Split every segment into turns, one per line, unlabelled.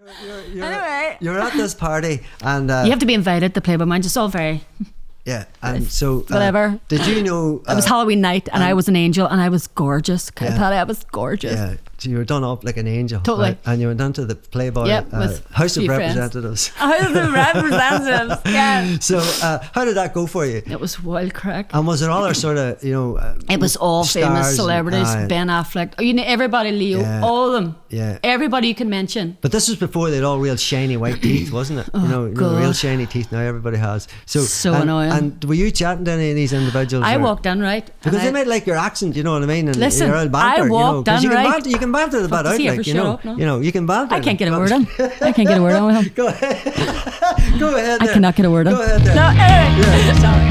you're, you're,
Anyway.
you're at this party, and uh,
You have to be invited to play by mine. It's all very
yeah, and so uh,
whatever.
Did you know?
It was
uh,
Halloween night, and I was an angel, and I was gorgeous. Can I
Yeah.
tell you, I was gorgeous.
Yeah, so you were done up like an angel.
Totally.
right? And you went down to the Playboy
Yep,
uh,
with
House of
few friends.
Representatives.
I was the representative. Yeah.
so, uh, how did that go for you?
It was wild crack.
And was it all our sort of, you know? Uh,
It was all
Oh, stars
famous
and-
celebrities,
aye.
Ben Affleck, oh, you know everybody, Leo,
Yeah.
all of them,
Yeah.
everybody you can mention.
But this was before they had all real shiny white teeth, wasn't it? you know, you know, real
Oh, God.
shiny teeth. Now everybody has. So,
So
and,
annoying.
And were you chatting to any of these individuals?
I
or-
walked in right and
Because
I-
they might like your accent, you know what I mean? And
Listen,
your old
I
banter, you know,
walked
'cause you
down
can
right-
banter, you can banter the bad
Does
out,
he ever
like, you
shut
know,
up? No.
you know, you can banter.
I can't get a
them.
word in. I can't get a word in with him.
Go ahead, go ahead.
I
there.
cannot get a word in.
Go ahead. There.
No, anyway. Sorry.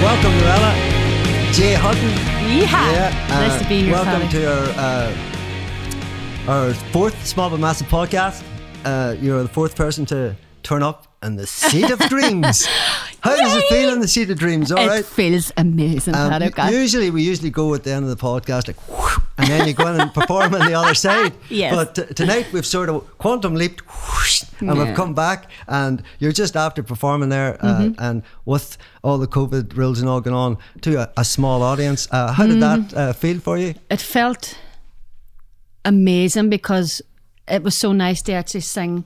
Welcome, Lorella. Jay Hutton.
Yeehaw!
uh,
Ah, nice to be here,
Welcome
Sally.
to our uh, our fourth Small but Massive podcast. Uh, you're the fourth person to turn up in the seat of dreams. How does it feel in the seat of dreams? All
it
right.
feels amazing,
Um,
Paddy,
u-
God.
usually, we usually go at the end of the podcast, like, whoosh, and then you go in and perform on the other side.
Yes.
But t- tonight we've sort of quantum leaped, whoosh, and
Yeah.
we've come back, and you're just after performing there, uh,
Mm-hmm.
and with all the COVID rules and all going on, to a, a small audience. Uh, how did that
Mm-hmm.
uh, feel for you?
it felt amazing because it was so nice to actually sing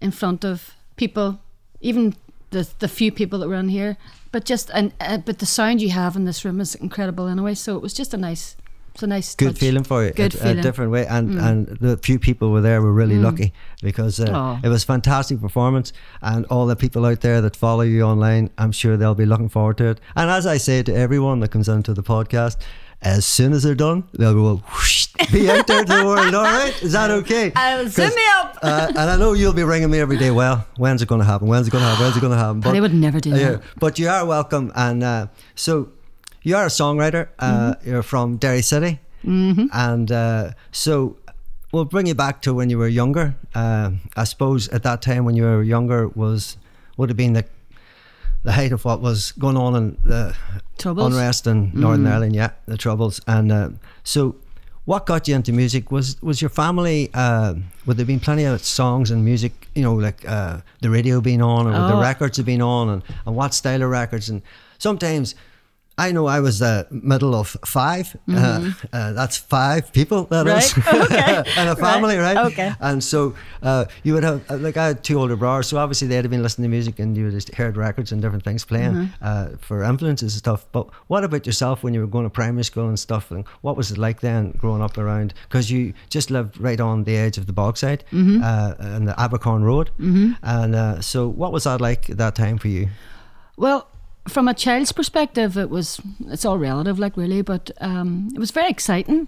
in front of people, even the the few people that were in here. But just and uh, but the sound you have in this room is incredible anyway. So it was just a nice, it's a nice
Good
touch.
feeling for you.
Good
a,
feeling.
a different way, and
Mm.
and the few people were there were really lucky because uh,
Aw.
it was fantastic performance, and all the people out there that follow you online, I'm sure they'll be looking forward to it. And as I say to everyone that comes onto the podcast. As soon as they're done, they'll go whoosh, be out there to the world. All right, is that okay?
I'll zoom
'Cause,
me up.
uh, and I know you'll be ringing me every day. Well, when's it going to happen? When's it going to happen? When's it going to happen? uh,
They would never do
yeah,
that.
but you are welcome. And uh, so you are a songwriter. Uh,
Mm-hmm.
You're from Derry City, mm-hmm. and uh, so we'll bring you back to when you were younger. Um I suppose at that time when you were younger was would have been the the height of what was going on in the
Troubles.
unrest in Northern
Mm-hmm.
Ireland. Yeah, the troubles. And uh, so. What got you into music was was your family? Uh, would there been plenty of songs and music? You know, like uh, the radio being on, or the
Oh,
records have been on and, and what style of records and sometimes I know I was the middle of 5 Uh, uh, that's five people. that is,
Mm-hmm. Right, okay,
and a family, right?
okay.
And so uh, you would have, uh, like, I had two older brothers, so obviously they'd have been listening to music and you would have heard records and different things playing uh, for influences and stuff. But what about yourself when you were going to primary school and stuff? And what was it like then growing up around? Because you just lived right on the edge of the Bogside uh, and the Abercorn Road. And uh, so what was that like at that time for you?
Well, from a child's perspective, it was it's all relative, like really, but um, it was very exciting.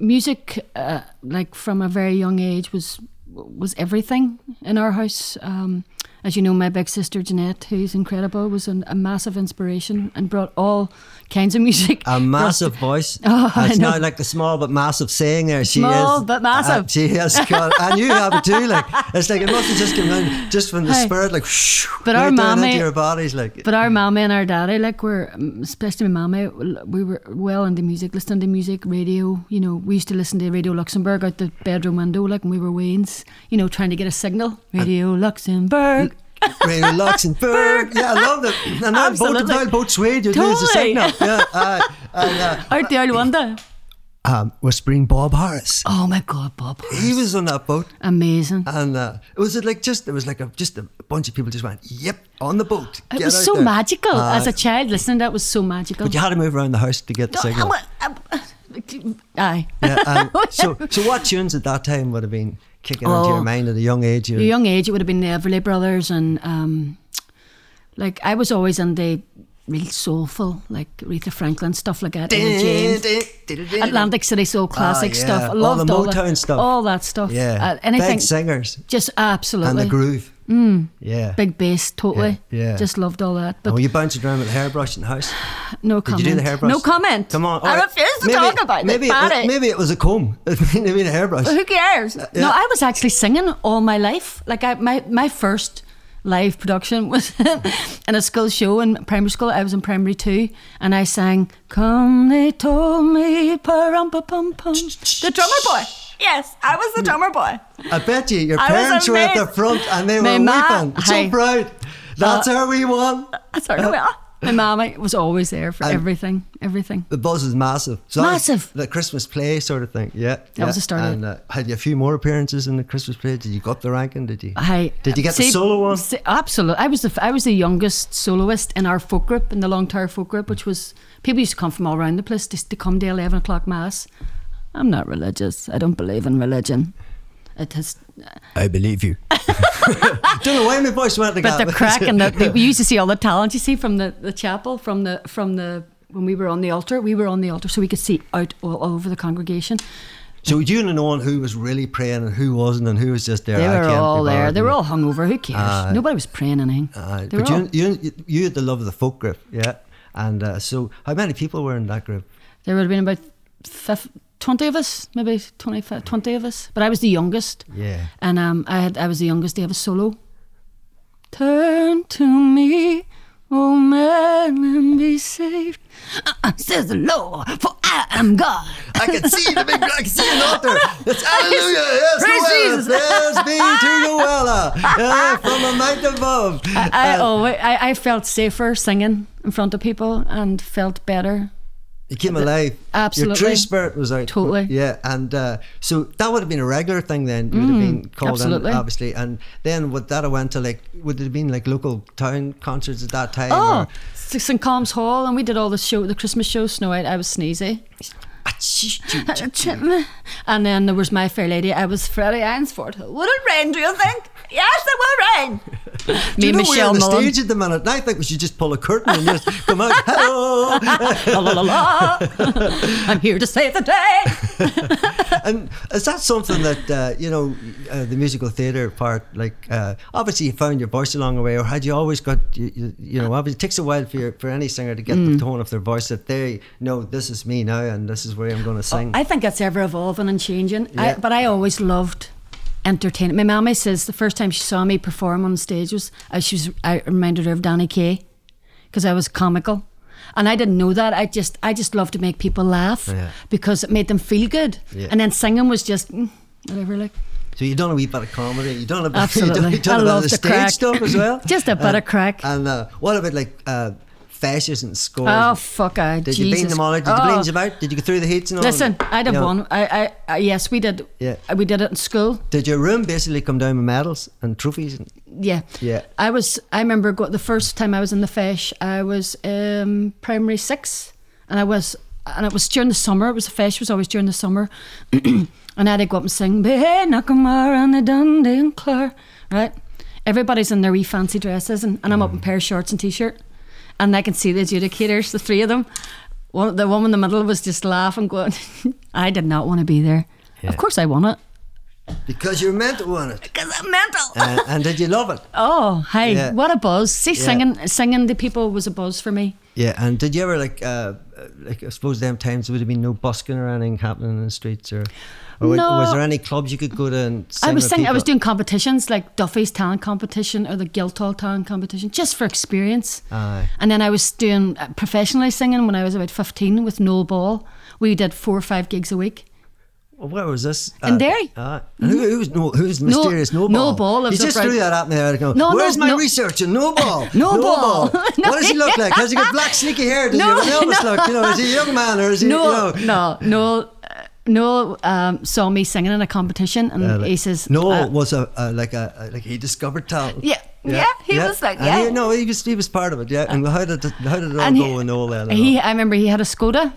Music, uh, like from a very young age, was was everything in our house. Um, as you know, my big sister Jeanette, who's incredible, was an, a massive inspiration and brought all kinds of music.
A massive voice. Oh,
I
it's
know.
not like the small but massive saying there. She
Small
is,
but massive.
uh, she is. God, and you have it too. Like it's like it must have just come down just from the
Aye.
spirit, like.
But
right
our
down
mommy-
into your bodies, like.
But our mammy and our daddy, like we're mm, especially my mammy, we were well into music, listening to music, radio. You know, we used to listen to Radio Luxembourg out the bedroom window, like when we were weans. You know, trying to get a signal. Radio Luxembourg.
Radio Luxembourg. yeah, I love that. And now both
Absolutely.
now both Swede, you lose the
Totally.
signal. Yeah, aye. and, uh,
Out the old window.
um, whispering Bob Harris.
Oh my God, Bob.
He was on that boat,
Amazing.
and uh, was it like just it was like a, just a bunch of people just went, "Yep, on the boat."
It
Get
was
out
so
there."
magical.
Aye.
As a child listening, that was so magical.
but you had to move around the house to get the
Don't-
signal.
I- I- Aye.
Yeah, um, so, so what tunes at that time would have been kicking into your
Oh.
mind at a young age? You,
Your young age, it would have been the Everly Brothers, and um, like I was always in the real soulful, like Aretha Franklin stuff like that. Ella James. Atlantic City Soul classic
Ah, yeah.
stuff. I
All
loved
the
that-
Motown stuff.
All that stuff.
yeah,
Uh, anything.
big singers
Just absolutely.
and
Mm.
the groove. Yeah.
Big bass, totally.
Yeah, yeah.
Just loved all that.
and
But
were you bouncing around with a hairbrush in the house?
no
Did
comment.
you do the hairbrush?
No comment.
Come on. all
I
right.
refuse to talk about it,
maybe It was,
Barry.
maybe it was a comb. maybe a hairbrush.
Who cares?
No, I was actually singing all my life. Like I, my my first live production was in a school show in primary school. I was in primary two, and I sang "Come They Told Me Pum Pum Pum."
The drummer boy. Yes, I was the drummer boy.
I bet you your
I was
parents were at the
amazed.
front and they
My
were
ma-
weeping. So
Hi. Uh,
proud. That's our wee one.
Sorry, we are.
My mama was always there for
And-
everything, everything.
The buzz is massive. So that was
Massive.
The Christmas play sort of thing. Yeah. That
was the start of
And uh, had you a few more appearances in the Christmas play? Did you go up the ranking? Did you?
I
Did you get the solo one?
absolutely. I was the f- I was the youngest soloist in our folk group in the Long Tower folk group, which was people used to come from all around the place to, to come to eleven o'clock mass. I'm not religious. I don't believe in religion. It has,
I believe you. Don't know why my voice went like
but
that.
the crack and the, the we used to see all the talent you see from the, the chapel from the from the when we were on the altar. We were on the altar, so we could see out all over the congregation.
So you and knowing who was really praying and who wasn't and who was just there.
They
I
were
can't be
all there.
bothered.
They were all hungover. Who cares?
Aye.
Nobody was praying anything.
Aye,
They
but
were all-
you, you, you had the love of the folk group, yeah. And uh, so, how many people were in that group?
There would have been about fif- 20 of us, maybe 25, 20 of us. But I was the youngest.
Yeah.
And um, I, had, I was the youngest to have a solo. Turn to me, oh man, and be saved. Uh-uh, says the Lord, for I am God.
I can see the big, I can see an altar. It's hallelujah. Yes,
Praise
Noella.
Jesus.
Thanks be to Noella yeah, from the night above. Uh,
I, oh. I, always, I, I felt safer singing in front of people and felt better.
You came alive.
Absolutely.
Your true spirit was out.
Totally.
Yeah, and uh, so that would have been a regular thing then. You would have been called
Mm, absolutely.
in, obviously. And then with that, I went to like, would it have been like local town concerts at that time?
Oh,
or-
St. Colm's Hall, and we did all the show, the Christmas show, Snow White. I was sneezy.
ah,
And then there was My Fair Lady. I was Freddie Ainsford. Hill.
Would it rain, do you think? Yes, it will rain.
Me
You know, we're
and Michelle
on the
Mullen.
stage at the minute, and I think we should just pull a curtain and just come out. Hello.
La, la, la, la. I'm here to save the day.
And is that something that uh, you know uh, the musical theatre part? Like, uh, obviously, you found your voice along the way, or had you always got you, you, you know? Obviously, it takes a while for your, for any singer to get
Mm.
the tone of their voice that they know this is me now, and this is where I'm going to sing.
Oh, I think it's ever evolving and changing. I,
Yeah.
but I always loved entertainment. My mammy says the first time she saw me perform on stage was uh, she was I reminded her of Danny Kaye because I was comical, and I didn't know that. I just I just loved to make people laugh
Yeah.
because it made them feel good,
Yeah.
and then singing was just mm, whatever like.
so you done a wee bit of comedy, you done a bit, you done,
Absolutely.
you done
I
a bit of
love
the
the
stage
crack.
stuff as well.
Just a bit
Uh,
of crack.
And uh, what about like uh, fascists and scores?
Oh fuck! I
did you
Jesus.
beat them all out? Did
oh.
you blame them out? Did you go through the heats and all?
Listen, I did
You know,
one. I, I, I yes, we did.
Yeah.
we did it in school.
Did your room basically come down with medals and trophies? And,
Yeah.
Yeah.
I was. I remember go, the first time I was in the fish. I was um, primary six, and I was, and it was during the summer. It was the fish was always during the summer, and I had to go up and sing. Hey, Nakamara and the Dundee and Clare, right? Everybody's in their wee fancy dresses, and, and I'm
Mm.
up in a pair of shorts and t-shirt, and I can see the adjudicators, the three of them. One, the woman in the middle was just laughing, going, "I did not want to be there.
Yeah.
Of course, I won it.
because you're meant to win it.
Because I'm mental.
Uh, and did you love it?
Oh, hey,
Yeah.
what a buzz! See,
Yeah.
singing, singing to people was a buzz for me.
Yeah, and did you ever like, uh, uh, like I suppose them times there would have been no busking or anything happening in the streets, or, or wa-
No.
was there any clubs you could go to and sing
I was
with
singing, I was
people?
doing competitions like Duffy's talent competition or the Guildhall talent competition, just for experience.
Aye.
And then I was doing uh, professionally singing when I was about fifteen with Noel Ball. We did four or five gigs a week.
Well, Where was this?
In Derry.
Uh, and who, who was no, who was mysterious
No-
Noble?
Noble
You
lives
just
up
threw
right-
that at me. there, I go,
No, no,
Where's my
no.
research in Noble?
Noble. No.
What does he look like? Has he got black sneaky hair? Does
No,
he have an Elvis look? You know, is he a young man or is he?
Noel,
you know?
no, Noel, uh, Noel um, saw me singing in a competition, and
Uh, like-
he says,
Noel
uh,
was a, a like a, a- like he discovered talent.
yeah, yeah, he was like,
And
yeah.
he- no, he was he was part of it. Yeah, and how did it, how did it all
And
go
he-
with Noel then? and all?
He, I remember he had a Skoda.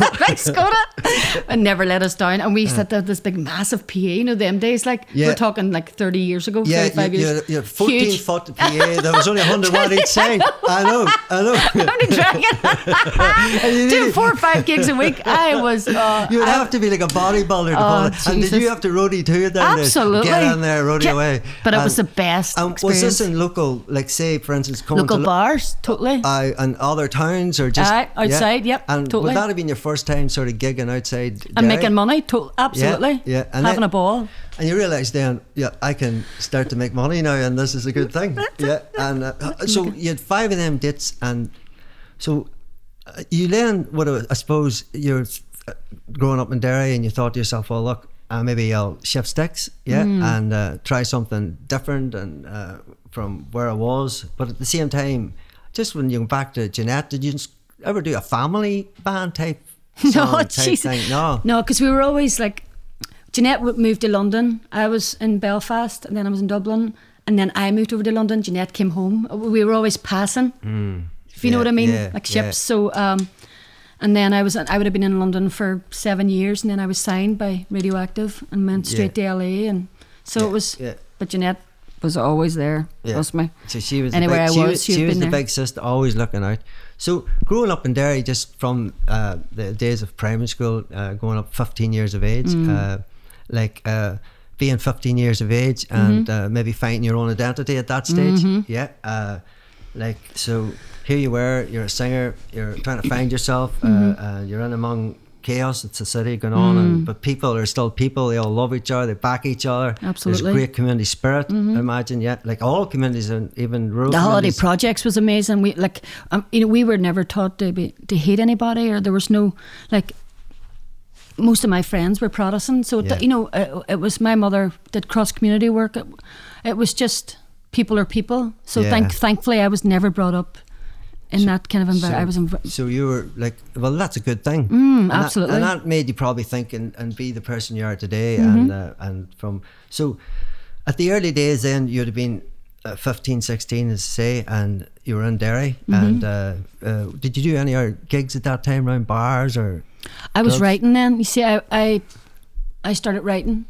big Skoda and never let us down. And we used to have this big massive PA, you know, them days like
Yeah.
we're talking like 30 years ago,
Yeah,
35
you-
years.
you're, you're 14
Huge.
foot PA. There was only 100 watt each side. I know, I know.
I'm the dragon. Doing four or five gigs a week. I was. Uh,
You would
I- Oh,
have to be like a bodybuilder to follow. And did
Jesus.
you have to roadie too down
Absolutely.
there? Get in there, roadie
Get-
away.
But it was
And-
the best
And was this
experience.
in local, like say, for instance, coming
Local
to, lo-
bars, totally.
uh, and other towns or just
Aye,
yeah.
outside, yep,
And
totally.
would that have been your first time sort of gigging outside outside
and
dairy.
making money. To- absolutely.
yeah, and
having
that-
a ball.
And you realise then, yeah, I can start to make money now, and this is a good thing. Yeah, and uh, so you had five of them dates, and so uh, you learn what I I suppose you're uh, growing up in Derry, and you thought to yourself, well, look, uh, maybe I'll shift sticks, yeah, and uh, try something different and uh, from where I was. But at the same time, just when you go back to Jeanette, did you ever do a family band type? song
no,
type
Jesus.
thing? no,
No, because we were always like, Jeanette w- moved to London. I was in Belfast, and then I was in Dublin, and then I moved over to London. Jeanette came home. We were always passing, if you
Mm. Yeah,
know what I mean,
yeah,
like ships.
yeah.
So, um, and then I was I would have been in London for seven years, and then I was signed by Radioactive and went straight to LA, and so it was.
yeah.
But Jeanette was always there.
Yeah.
Trust me.
So she was
Anywhere
the big,
I
she
was,
was,
she had
she was
been
the
there.
big sister, always looking out. So growing up in Derry, just from uh, the days of primary school, uh, going up 15 years of age,
Mm.
uh, like uh, being 15 years of age
Mm-hmm.
and uh, maybe finding your own identity at that stage. Yeah. Uh, like so, here you were. You're a singer. You're trying to find yourself.
Mm-hmm.
Uh, uh, you're in among chaos. It's a city going on,
Mm.
and, but people are still people. They all love each other. They back each other.
Absolutely.
There's great community spirit. I imagine, yeah, like all communities and even rural.
Mm-hmm. the holiday
communities.
projects was amazing. We like, um, you know, we were never taught to be to hate anybody, or there was no like. Most of my friends were Protestant, so
Yeah.
it, you know, it, it was my mother did cross community work. It, it was just people are people. So thank
Yeah.
thankfully, I was never brought up in that kind of environment. I was inv- Mm,
So you were like, well, that's a good thing. And that-
absolutely.
and that made you probably think and, and be the person you are today.
Mm-hmm.
And uh, and from so, at the early days, then you'd have been uh, 15, 16, as I say, and you were in Derry.
Mm-hmm.
And uh, uh, did you do any other gigs at that time around bars or?
I was
Dogs.
writing then. You see, I, I I started writing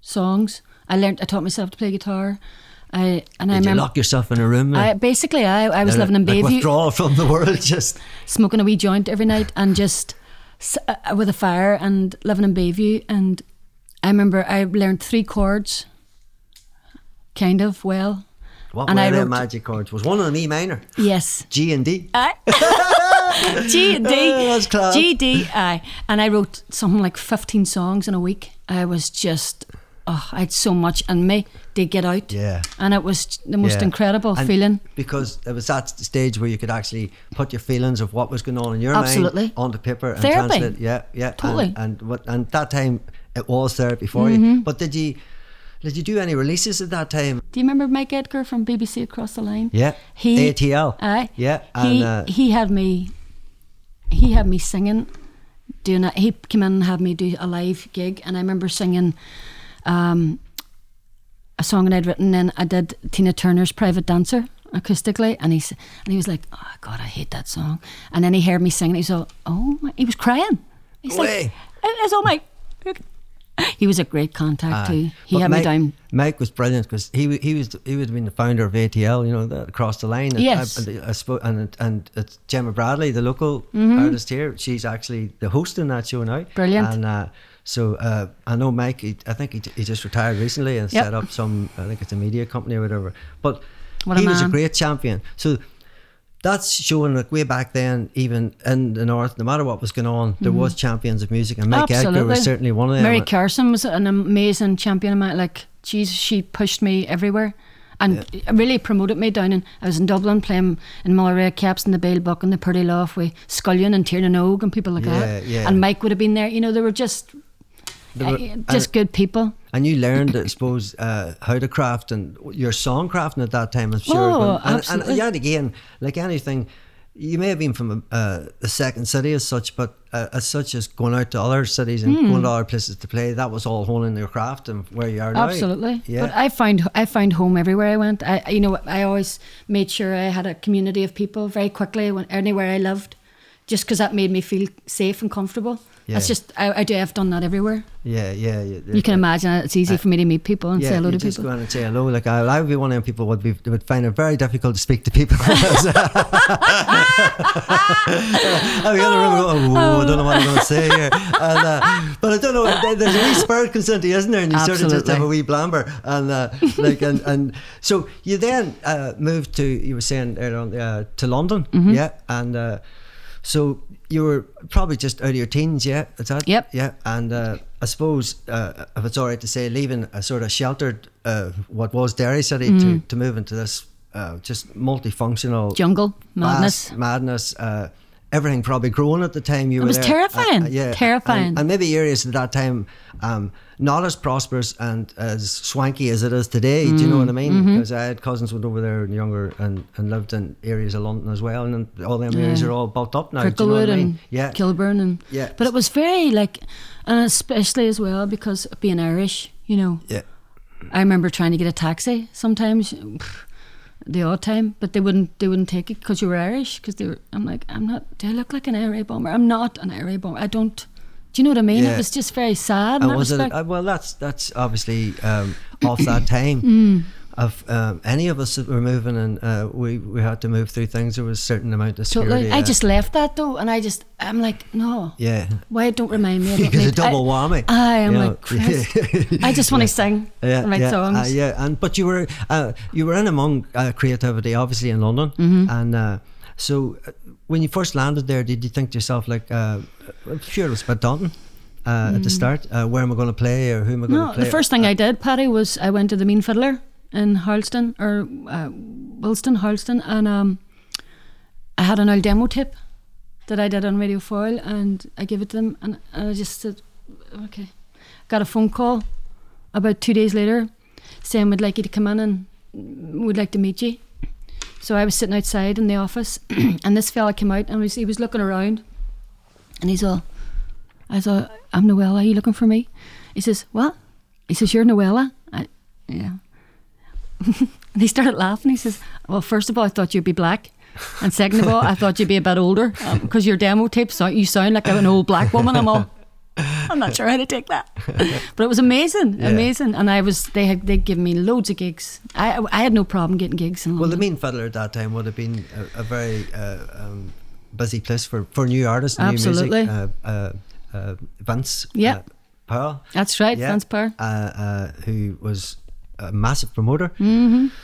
songs. I learned. I taught myself to play guitar. I and I
Did you
remember.
lock yourself in a room?
I,
and-
basically, I, I was
and,
living in
like,
Bayview.
Withdrawal from the world, just
smoking a wee joint every night and just s- uh, with a fire and living in Bayview. And I remember I learned three chords, kind of well.
what
And
were
I
the
wrote-
magic chords? Was one on an E minor,
Yes,
G and D.
G
Oh,
D
that's class.
G D I, and I wrote something like fifteen songs in a week. I was just, oh, I had so much in me to get out.
Yeah.
and it was the most
Yeah.
incredible
And
feeling.
because it was that stage where you could actually put your feelings of what was going on in your
Absolutely.
mind onto paper and
Therapy.
translate. Yeah, yeah, and-
Totally. Mm-hmm.
And, what and that time it was therapy for you. But did you did you do any releases at that time?
Do you remember Mike Edgar from BBC Across the Line?
Yeah, ATL.
Aye.
Yeah, and,
he
uh,
he had me. He had me singing, doing. A, he came in and had me do a live gig, and I remember singing, um, a song that I'd written. Then I did Tina Turner's "Private Dancer" acoustically, and he s- and he was like, "Oh God, I hate that song." And then he heard me singing. He was all, "Oh my!" He was crying. He's
Way.
like, "It is all my." He was a great contact too. He
But
had me
Mike,
down.
Mike was brilliant because he wa- he was he would have been the founder of ATL, you know, that across the line. And
Yes.
I, and I spo- and it- and it's Gemma Bradley, the local artist here. She's actually the host in that show now.
Mm-hmm. Brilliant.
And uh, so uh, I know Mike. He, I think he, j- he just retired recently and
Yep.
set up some. I think it's a media company or whatever. But
What a
he was a
man.
great champion. So. That's showing like way back then, even in the north, no matter what was going on, there was champions of music, and Mike Edgar was certainly one of them.
Mm-hmm. Mary
And-
Carson was an amazing champion. of mine. Like, Jesus, she pushed me everywhere and really promoted me down. And I was in Dublin playing in Mulleray Caps and the Bale Buck and the Purdy Loft with Scullion and Tiernan Ogue and people like that.
Yeah, yeah.
And Mike would have been there. You know, they were just
There were-
eh,
and-
just good people.
And you learned, I suppose, uh, how to craft and your song crafting at that time, I'm sure.
Oh,
and, and-
absolutely.
And yet again, like anything, you may have been from a, uh, a second city as such, but uh, as such as going out to other cities
Hmm.
and going to other places to play, that was all honing your craft and where you are now.
Absolutely.
Yeah.
But uh, I find I found home everywhere I went. I I- you know I always made sure I had a community of people very quickly when anywhere I lived, just because that made me feel safe and comfortable. That's
Yeah.
just I, I do. I've done that everywhere.
yeah, yeah, yeah.
You can imagine it's easy for me to meet people
Uh,
and
yeah,
say hello
you
to
just
people.
go in and say hello. Like I, I would be one of them people would be would find it very difficult to speak to people. Oh, I would be in the room going, oh, I don't know what I'm going to say here. And, uh, but I don't know. there- There's a wee spirit consent, isn't there? And you sort of just
Absolutely.
have a wee blamber. And uh, like and, and so
Mm-hmm.
you then uh, moved to you were saying earlier on uh, to London, yeah, and. Uh, So you were probably just out of your teens, yeah? Is that?
Yep.
Yeah, and uh, I suppose uh, if it's all right to say, leaving a sort of sheltered, uh, what was Derry City, to,
Mm-hmm.
to move into this uh, just multifunctional
Jungle madness.
vast madness. Uh, everything probably growing at the time you it were
was
there. Uh,
terrifying, terrifying.
And, and maybe areas at that time um, not as prosperous and as swanky as it is today. do you know what
Mm,
I mean?
mm-hmm.
Because I had cousins went over there and younger and, and lived in areas of London as well, and then all them areas
Yeah.
are all built up now. do you know
Cricklewood
what I mean?
and
Yeah,
Kilburn and
Yeah.
But it was very like, and especially as well because of being Irish, you know.
yeah.
I remember trying to get a taxi sometimes, pff, the odd time, but they wouldn't they wouldn't take it because you were Irish. Because they were, I'm like, I'm not. Do I look like an IRA bomber? I'm not an IRA bomber. I don't. Do you know what I mean?
Yeah.
It was just very sad. In
And
that
was it?
respect.
uh, well, that's that's obviously um, off that time.
Mm.
Of um, any of us that were moving, and uh, we we had to move through things. There was a certain amount of security.
Totally. I
uh,
just left that though, and I just I'm like, no.
yeah.
Why don't remind me? I don't
Because a
need- I-
double whammy.
I am
you know.
like, Christ. I just want to sing and write
yeah,
songs.
uh, yeah, and but you were uh, you were in among uh, creativity, obviously in London,
Mm-hmm.
and uh, so uh, when you first landed there, did you think to yourself like, uh, I'm sure it was a bit daunting uh, at the start? Uh, where am I going to play, or who am I going to
Mm. No,
play?
the first thing I did, Patty, was I went to the Mean Fiddler in Harleston or uh, Wilston, Harleston, and um, I had an old demo tape that I did on Radio Foil, and I gave it to them, and, and I just said, "Okay." Got a phone call about two days later saying we'd like you to come in and we'd like to meet you. So I was sitting outside in the office, and this fella came out and was, he was looking around, and he's all, I said, I'm Noella, are you looking for me? He says, What? He says, You're Noella? I, yeah. and he started laughing. He says, Well, first of all, I thought you'd be black. And second of all, I thought you'd be a bit older because your demo tape, so you sound like an old black woman. I'm all, I'm not sure how to take that. But it was amazing, amazing. And I was, they had, they'd given me loads of gigs. I, I had no problem getting gigs in
well,
London.
the Mean Fiddler at that time would have been a, a very uh, um, busy place for, for new artists, and new
Absolutely.
music. Uh, uh, uh, Vince
Yep.
uh, Powell,
That's right,
yeah,
Franz Power.
uh, uh, who was a massive promoter.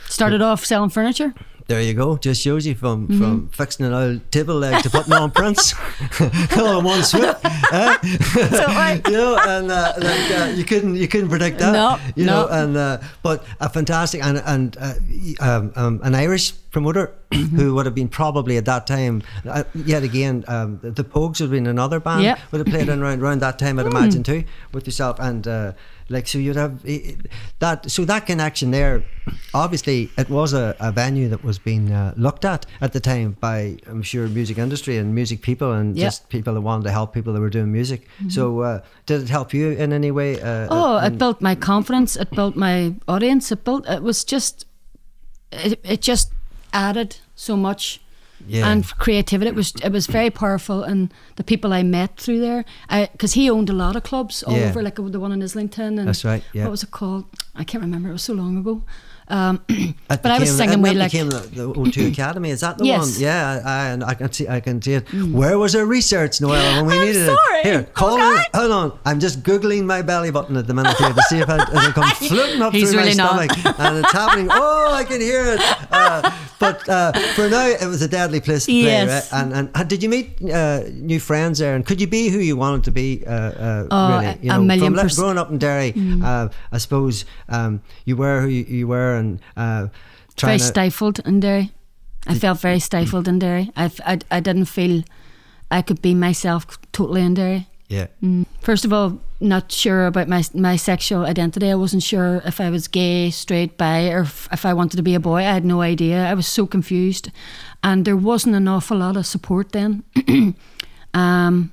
Started off selling furniture.
There you go. Just shows you from from fixing an old table leg to putting on prints all in one swoop. eh?
So I,
you know, and uh, like, uh, you couldn't you couldn't predict that.
No,
you know,
no.
and uh, but a fantastic and and uh, y- um, um, an Irish promoter
Mm-hmm.
who would have been probably at that time. Uh, yet again, um, the, the Pogues would have been another band
Yep.
would have played in around, around that time. I'd
Mm.
imagine too with yourself and. Uh, like so you'd have eh, eh, that so that connection there obviously it was a, a venue that was being uh, looked at at the time by i'm sure music industry and music people and
Yep.
just people that wanted to help people that were doing music.
Mm-hmm.
So, uh, did it help you in any way? Uh,
Oh,
uh,
it built my confidence. It built my audience. It built. It was just. It, it just added so much.
Yeah.
And creativity. It was it was very powerful, and the people I met through there, because he owned a lot of clubs all
Yeah.
over, like the one in Islington. And
That's right, yeah.
What was it called? I can't remember. It was so long ago. Um,
it
but I was
became-
singing
it
way
then
like
became the, the O2 Academy. Is that the
Yes. Mm.
one? Yeah, I, I, and I can see. I can see it. Where was our research, Noella, when we
I'm
needed
sorry.
it? Here,
Oh,
call
God.
in- Hold on, I'm just googling my belly button at the minute here to see if it doesn't come floating up
He's
through
really
my
not.
stomach, and it's happening. Oh, I can hear it. Uh, but uh, for now, it was a deadly place to play. Right?
Yes.
And, and and did you meet uh, new friends there? And could you be who you wanted to be? Uh, uh,
Oh,
really,
a-
you
a
know,
million
from li-
perc-
growing up in Derry,
Mm.
uh, I suppose um, you were who you, you were and uh,
very
trying to.
stifled in Derry. I felt very stifled in Derry. I, f- I, I didn't feel I could be myself totally in Derry.
Yeah,
First of all, not sure about my my sexual identity. I wasn't sure if I was gay, straight, bi, or if, if I wanted to be a boy. I had no idea. I was so confused, and there wasn't an awful lot of support then. um,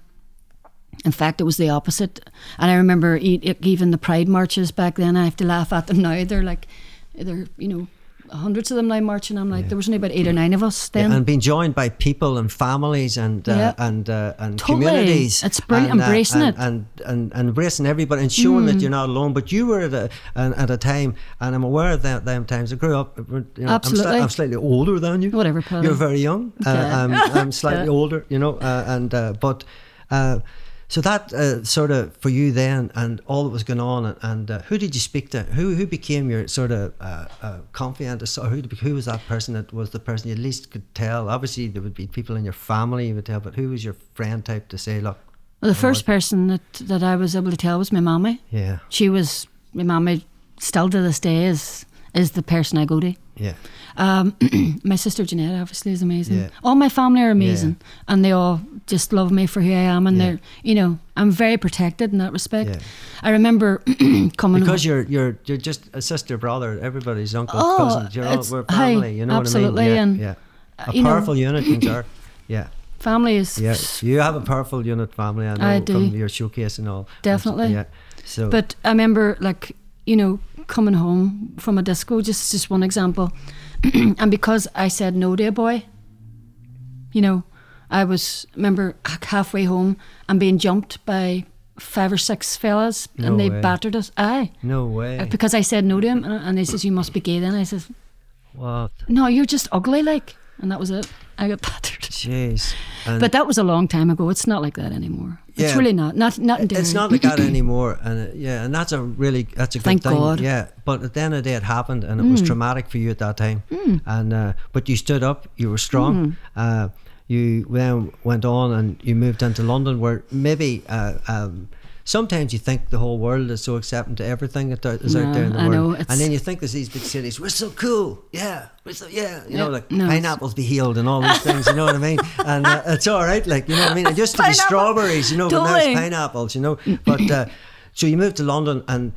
in fact, it was the opposite. And I remember e- e- even the pride marches back then. I have to laugh at them now. They're like, they're you know, hundreds of them now marching. I'm like, there was only about eight or nine of us then.
and being joined by people and families and uh,
Yeah.
and uh, and
Totally.
communities.
It's brilliant,
and, uh,
embracing
and,
it. Mm.
and, and and embracing everybody and showing that you're not alone. But you were at a, an, at a time, and I'm aware of them, them times. I grew up. You know, I'm,
Absolutely.
sli- I'm slightly older than you.
Whatever, Paddy.
You're very young. Uh,
Okay.
I'm, I'm slightly
Yeah.
older, you know, uh, and uh, but. Uh, So that uh, sort of for you then, and all that was going on, and, and uh, who did you speak to? Who who became your sort of uh, uh, confidant? Or so- who who was that person that was the person you at least could tell? Obviously, there would be people in your family you would tell, but who was your friend type to say, look,
Well, the first person that, that I was able to tell was my mommy.
yeah,
She was my mommy. Still to this day is is the person I go to.
yeah,
Um, my sister Jeanette obviously is amazing.
Yeah.
All my family are amazing, and they all just love me for who I am. And
Yeah.
they're you know I'm very protected in that respect.
Yeah.
I remember coming
because
home.
you're you're you're just a sister, brother, everybody's uncle,
Oh,
cousins. You're all
it's-
we're
aye,
family. you know
absolutely,
what I mean?
and, uh,
Yeah, yeah. A
you know-
powerful unit, Kinjar. Yeah.
Family is
Yeah, you have a powerful unit family. I know
I
from
do.
your showcase and all.
Definitely.
Yeah. So,
But I remember, like, you know, coming home from a disco, just just one example, and because I said no to a boy, you know, I was remember h- halfway home and being jumped by five or six fellas,
No
and they
way.
battered us. Aye,
no way.
because I said no to him, and, and they says you must be gay. Then I says,
What?
no, you're just ugly, like, and that was it. I got battered.
Jeez. And
But that was a long time ago. It's not like that anymore. It's
Yeah.
really not. Not not. in
it's
Derry.
not like that anymore. And uh, yeah, and that's a really that's a good
Thank
thing.
God. Mm.
Yeah. But at the end of the day, it happened, and it was traumatic for you at that time. And uh, but you stood up. You were strong.
Mm.
Uh, you then went on, and you moved into London, where maybe. Uh, um, Sometimes you think the whole world is so accepting to everything that there- is out there in the
No, I know,
world,
it's-
and then you think there's these big cities. We're so cool, yeah. We're so yeah, you know,
Yeah,
like
no, it's-
pineapples be healed and all these things. You know what I mean? And uh, it's all right, like you know what I mean. It used to be
Pineapple.
strawberries, you know, but now it's
Totally.
pineapples, you know. But uh, so you moved to London, and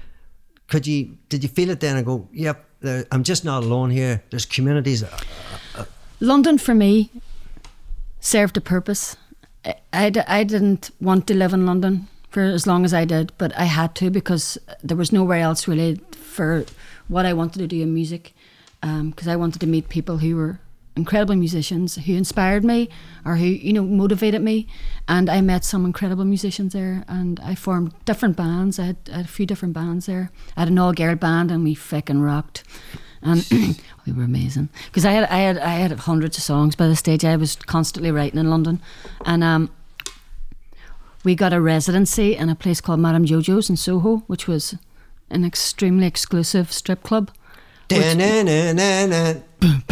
could you did you feel it then and go, yep, there, I'm just not alone here. There's communities.
London for me served a purpose. I, I, d- I didn't want to live in London for as long as I did, but I had to because there was nowhere else really for what I wanted to do in music. Because I wanted to meet people who were incredible musicians who inspired me or who you know motivated me and I met some incredible musicians there and I formed different bands I had, I had a few different bands there I had an all-girl band and we fucking rocked and we were amazing because I had I had I had hundreds of songs by the stage. I was constantly writing in London, and um, we got a residency in a place called Madame Jojo's in Soho, which was an extremely exclusive strip club.
Da-na-na-na-na.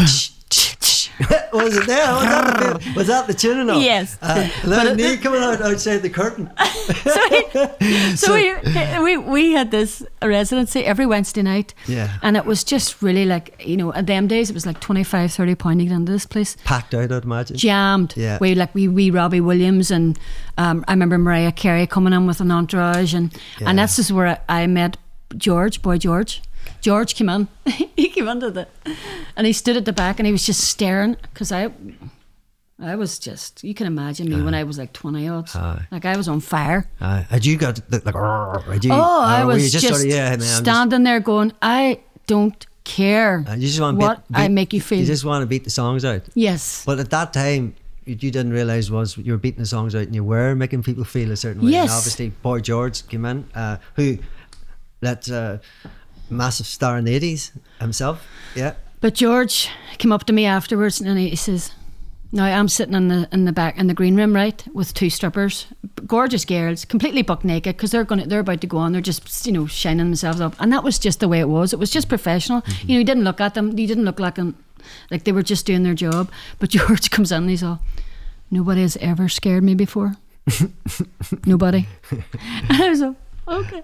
was it there? Was that the, was that the tune or not?
Yes.
Uh, little knee coming out outside the curtain.
So we, we we had this residency every Wednesday night,
Yeah.
and it was just really like you know at them days it was like 25, 30 pound to get into this place.
Packed out, I'd imagine.
jammed.
Yeah.
We like we we Robbie Williams and um, I remember Mariah Carey coming in with an entourage and
Yeah.
and that's just where I, I met George, boy George. George came in. he came under the and he stood at the back and he was just staring because I I was just you can imagine me when I was like twenty odds.
Uh-huh. Aye.
Like I was on fire.
Uh, had you got the, like? "Arr," Had you,
Oh, I
or were
was
uh, you
just,
sort of, yeah, man, I'm just-
standing there going, I don't care
uh, you just want
what I make you feel.
You just want to beat the songs out.
yes.
But at that time, what you didn't realize was you were beating the songs out and you were making people feel a certain way. And
Yes.
obviously, Boy George came in, uh, who that uh, massive star in the 80s himself. Yeah.
But George came up to me afterwards and he says, "Now I'm sitting in the in the back in the green room, right, with two strippers, gorgeous girls, completely buck naked because they're going to they're about to go on. They're just you know shining themselves up, and that was just the way it was. It was just professional. You know, you didn't look at them. You didn't look like them, like they were just doing their job. But George comes in and he's all, "Nobody has ever scared me before. Nobody." and I was all, okay.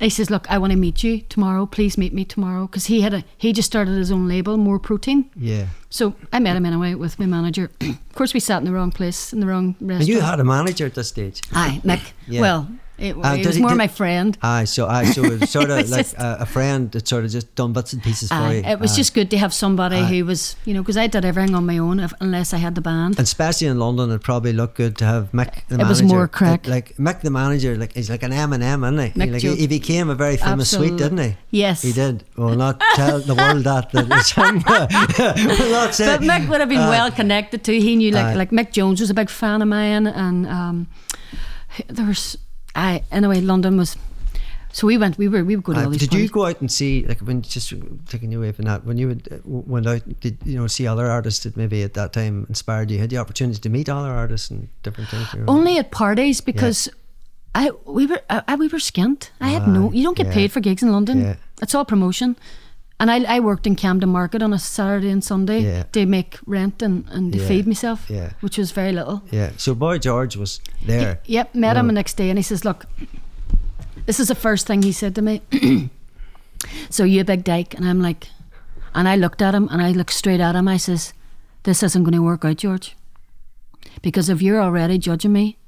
He says, "Look, I want to meet you tomorrow. Please meet me tomorrow." Because he had a he just started his own label, More Protein.
Yeah.
So I met him anyway with my manager. of course, we sat in the wrong place in the wrong restaurant.
And you had a manager at this stage.
Aye, Mick.
Yeah.
Well, it,
Uh,
he
did
was
he-
more
did-
my friend.
Aye, so aye, so it was sort of
was
like
just-
a, a friend that sort of just done bits and pieces for
Aye,
you.
it was
Aye.
just good to have somebody
Aye.
who was, you know, because I did everything on my own if, unless I had the band.
And especially in London, it probably looked good to have Mick the
It
manager.
was more crack.
Like Mick the manager, like he's like an M and M, isn't he?
Mick
Like, he,
Jones.
he became a very famous
Absolute-
sweet, didn't he?
Yes.
He did. Well, not tell the world that. that it's him. We'll not say.
But Mick would have
Ah.
been well connected too. He knew, like,
Aye.
like Mick Jones was a big fan of mine, and um, there was, I anyway, London was. So we went. We were. We would go to
Uh,
all these.
did you
parties.
go out and see like when just taking you away from that when you would, uh, w- went out did you know see other artists that maybe at that time inspired you had the opportunity to meet other artists and different things you know?
Only at parties because I we were I, I- we were skint. I had no.
Aye,
You don't get
Ah, yeah.
paid for gigs in London.
Yeah.
It's all promotion. And I, I worked in Camden Market on a Saturday and Sunday
Yeah.
to make rent and, and to
Yeah,
feed myself,
yeah.
which was very little.
Yeah. So Boy George was there.
Yep, met him the next day and he says, Look, this is the first thing he said to me. so you a big dyke? And I'm like, and I looked at him and I looked straight at him. I says, This isn't going to work out, George. Because if you're already judging me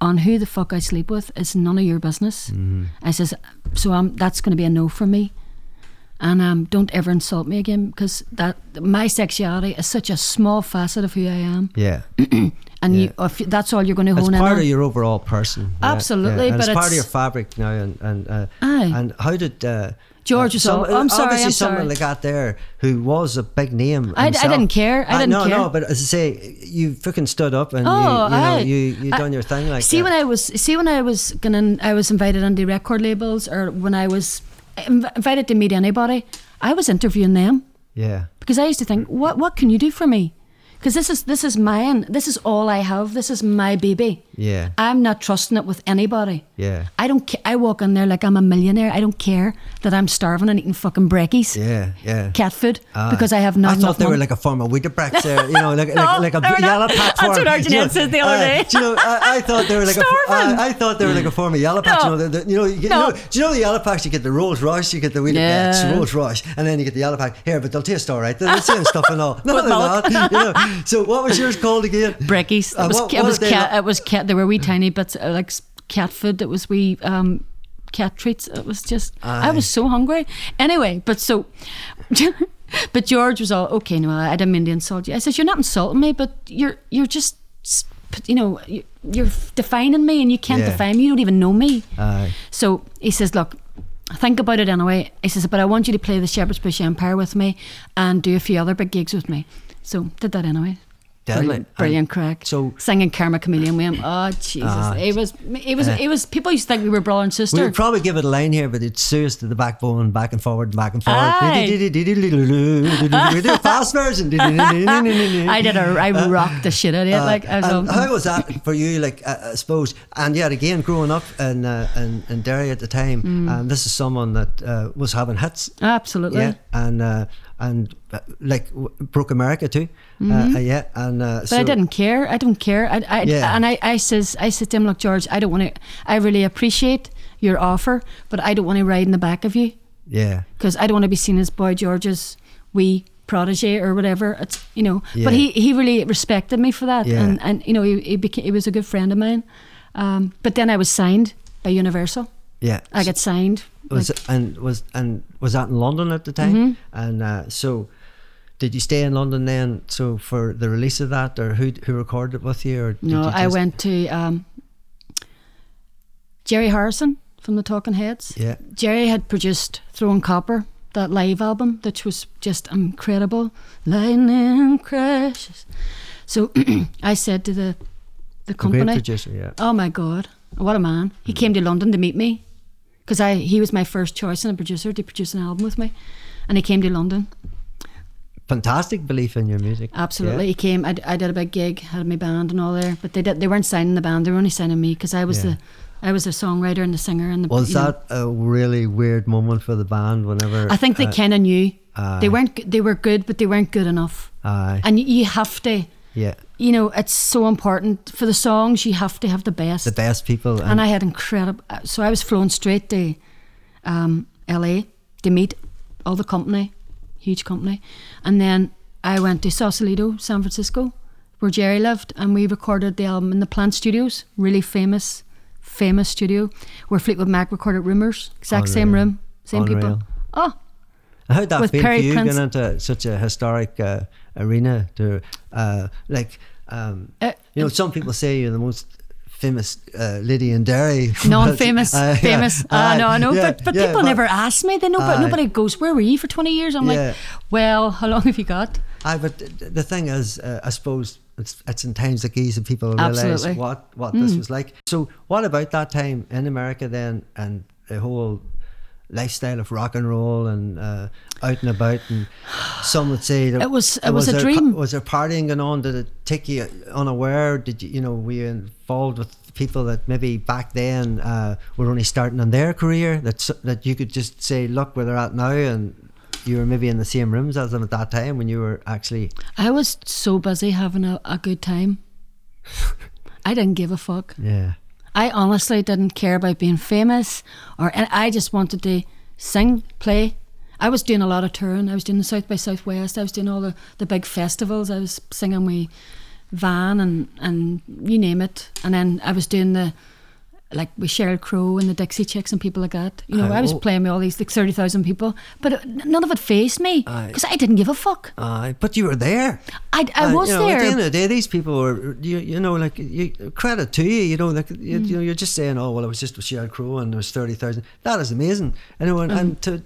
on who the fuck I sleep with, it's none of your business.
Mm-hmm.
I says, So i that's going to be a no for me. And um, don't ever insult me again because that my sexuality is such a small facet of who I am,
Yeah.
and you, if that's all you're going to
It's
hone in on.
part of your overall person. Yeah,
Absolutely,
And
but
it's, part of
it's-
your fabric now. And and uh,
Aye.
and how did uh, uh,
George was all, "I'm sorry,
Obviously,
I'm
someone
sorry."
like that there who was a big name.
I d- I
himself.
didn't care, I
Uh,
didn't
no,
care.
no. But as I say, you freaking stood up and
Oh,
you, you know
aye.
you you
I-
done your thing like
see
that.
when I was see when I was gonna I was invited on the record labels or when I was inv- invited to meet anybody, I was interviewing them
yeah.
because I used to think, what what can you do for me? Because this is this is mine. This is all I have. This is my baby.
Yeah.
I'm not trusting it with anybody.
Yeah.
I don't. Ca- I walk in there like I'm a millionaire. I don't care that I'm starving and eating fucking brekkies,
Yeah, yeah.
cat food,
Aye.
because I have not
I
enough
thought they were
money.
like a form of Widderbrax there, you know, like, like, like a
they were
bl- yellow
not. That's
platform.
what Arjun
you know.
said the other
Aye.
day.
Do you know, I, I thought they were like a, f- I,
Starving.
I thought they were like a form of yellow patch. You
No.
know, the, the, you know, you get,
No.
you know, do you know the yellow patch? You get the Rolls Royce, you get the Widderbrax,
Yeah.
Rolls Royce, and then you get the yellow patch. Here, but they'll taste all right. They're the same stuff and all. No, they're
milk.
not. You know. So what was yours called again?
brekkies. It
Uh,
was,
what-
it
what
was
did they
cat.
lo-
It was cat. There were wee tiny bits uh, like s- cat food. That was wee um, cat treats. It was just. I was so hungry. Anyway, but so, but George was all okay. No, I didn't mean to insult you. I says you're not insulting me, but you're you're just. s- put- You know, you- you're defining me, and you can't
Yeah.
define me. You don't even know me.
Aye.
So he says, Look, think about it anyway. He says, But I want you to play the Shepherd's Bush Empire with me and do a few other big gigs with me. So did that anyway.
Deadly.
Brilliant, brilliant crack.
so-
singing Karma Chameleon with him. Oh Jesus.
Ah,
it was it was it was people used to think we were brother and
We
sister.
would probably give it a line here, but it's serious to the backbone, back and forward, back and forward.
Aye.
We do a fast version.
I did a I rocked the shit out of it. like I was
Uh, And
all,
how was that for you? Like, I, I suppose, and yet again, growing up in uh, in, in Derry at the time, and this is someone that uh, was having hits,
Mm. Absolutely.
yeah, and uh, and uh, like w- broke America too, uh, uh, yeah, and uh,
Mm-hmm. But I didn't care. I don't care. I, I
Yeah.
and I, I says I said to him, look, George, I don't want to. I really appreciate your offer, but I don't want to ride in the back of you.
yeah,
because I don't want to be seen as Boy George's wee protege or whatever. It's you know,
Yeah.
but he, he really respected me for that,
Yeah.
and and you know he he, became, he was a good friend of mine. Um, but then I was signed by Universal.
yeah.
I got signed.
was
like-
and was and was that in London at the time?
Mm-hmm.
And uh, so, did you stay in London then? So for the release of that, or who who recorded it with you? Or did
no,
you
I
just-
went to um, Jerry Harrison from the Talking Heads.
Yeah,
Jerry had produced Throwing Copper, that live album, which was just incredible. Lightning crashes. So I said to the the
a great
company,
producer. Yeah,
Oh my God, what a man! He came to London to meet me because I he was my first choice and a producer to produce an album with me, and he came to London.
fantastic belief in your music.
Absolutely, he came. I, d- I did a big gig, had my band and all there, but they did, they weren't signing the band; they were only signing me because I was
Yeah.
the I was the songwriter and the singer and the.
Was
you know.
that a really weird moment for the band? Whenever
I think they
uh,
kind of knew
aye.
they weren't. g- They were good, but they weren't good enough.
aye,
And y- you have to,
uh, yeah,
you know, it's so important for the songs. You have to have the best.
the best people.
and
And,
I had incredible. So I was flown straight to um, LA to meet all the company, huge company, and then I went to Sausalito, San Francisco, where Jerry lived, and we recorded the album in the Plant Studios, really famous, famous studio where Fleetwood Mac recorded Rumors, exact same
Unreal.
room, same
Unreal.
people. Oh,
how'd that
with
feel
Perry
for you
Prince-
going into such a historic uh, arena? To uh, like, um,
Uh,
you know, some people say you're the most famous uh, lady in Derry.
non-famous,
Uh, yeah,
famous. Ah,
aye,
no, I know.
yeah,
but but
yeah,
people never ask me. They know, but
Aye.
nobody goes. Where were you for twenty years? I'm
Yeah.
like, well, how long have you got?
Aye, but th- th- the thing is, uh, I suppose it's it's in times like these that people realise
Absolutely.
what what this was like. So, what about that time in America then, and the whole lifestyle of rock and roll and uh, out and about, and some would say that
It was- it was a
there,
dream.
Was there partying going on? Did it take you unaware? Did you you know were you involved with people that maybe back then uh, were only starting on their career that s- that you could just say, look where they're at now, and you were maybe in the same rooms as them at that time when you were actually
I was so busy having a, a good time. I didn't give a fuck.
yeah
I honestly didn't care about being famous or and I just wanted to sing, play. I was doing a lot of touring. I was doing the South by Southwest. I was doing all the, the big festivals. I was singing with Van and, and you name it. And then I was doing the like with Cheryl Crow and the Dixie Chicks and people like that. You know, I was
Oh.
playing with all these like thirty thousand people, but it, none of it phased me because I didn't give a fuck.
Uh, but you were there.
I, I
Uh,
was
you know, At the
there.
end of the day, these people were, you, you know, like you, credit to you. You know, like you,
Mm.
you know, you're just saying, oh well, it was just with Sheryl Crow and there was thirty thousand. That is amazing. And, it went-
Mm.
and to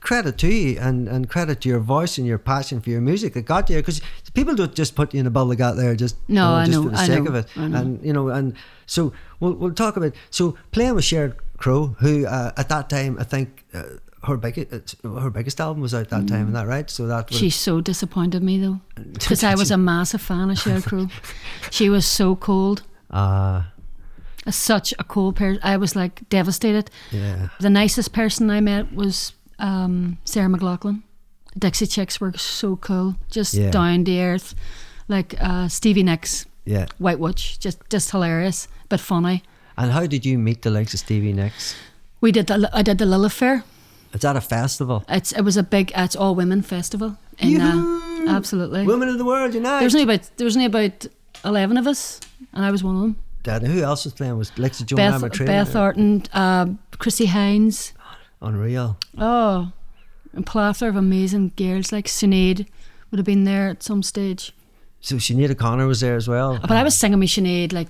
credit to you and, and credit to your voice and your passion for your music that got you because people don't just put you in a bubble that got there just
No,
you
I
just
know,
for the
I
sake
know,
of it.
I know.
And you know, and so we'll we'll talk about so playing with Sheryl Crow, who uh, at that time I think. Uh, her biggest, uh, her biggest album was out that time, isn't that right? So that would
Mm. She so disappointed me though,
Uh,
because I was a massive fan of Cheryl Crow. she was so cold,
uh,
such a cold person. I was like devastated.
yeah.
The nicest person I met was um, Sarah McLaughlin. Dixie Chicks were so cool, just
Yeah.
down to earth, like uh, Stevie Nicks,
Yeah.
White Witch, just just hilarious but funny.
And how did you meet the likes of Stevie Nicks?
We did the I did the Lilith Fair.
It's at a festival.
It's it was a big it's all women festival. In, uh, absolutely.
Women of the World
There
Unite.
was only about there was only about eleven of us, and I was one of them.
Dad, who else was playing? Was Lexa Joan
Beth,
Armatrina?
Beth Orton, uh, Chrissy Hines.
Unreal.
Oh, a plethora of amazing girls like Sinead would have been there at some stage.
So Sinead O'Connor was there as well.
But I was singing with Sinead like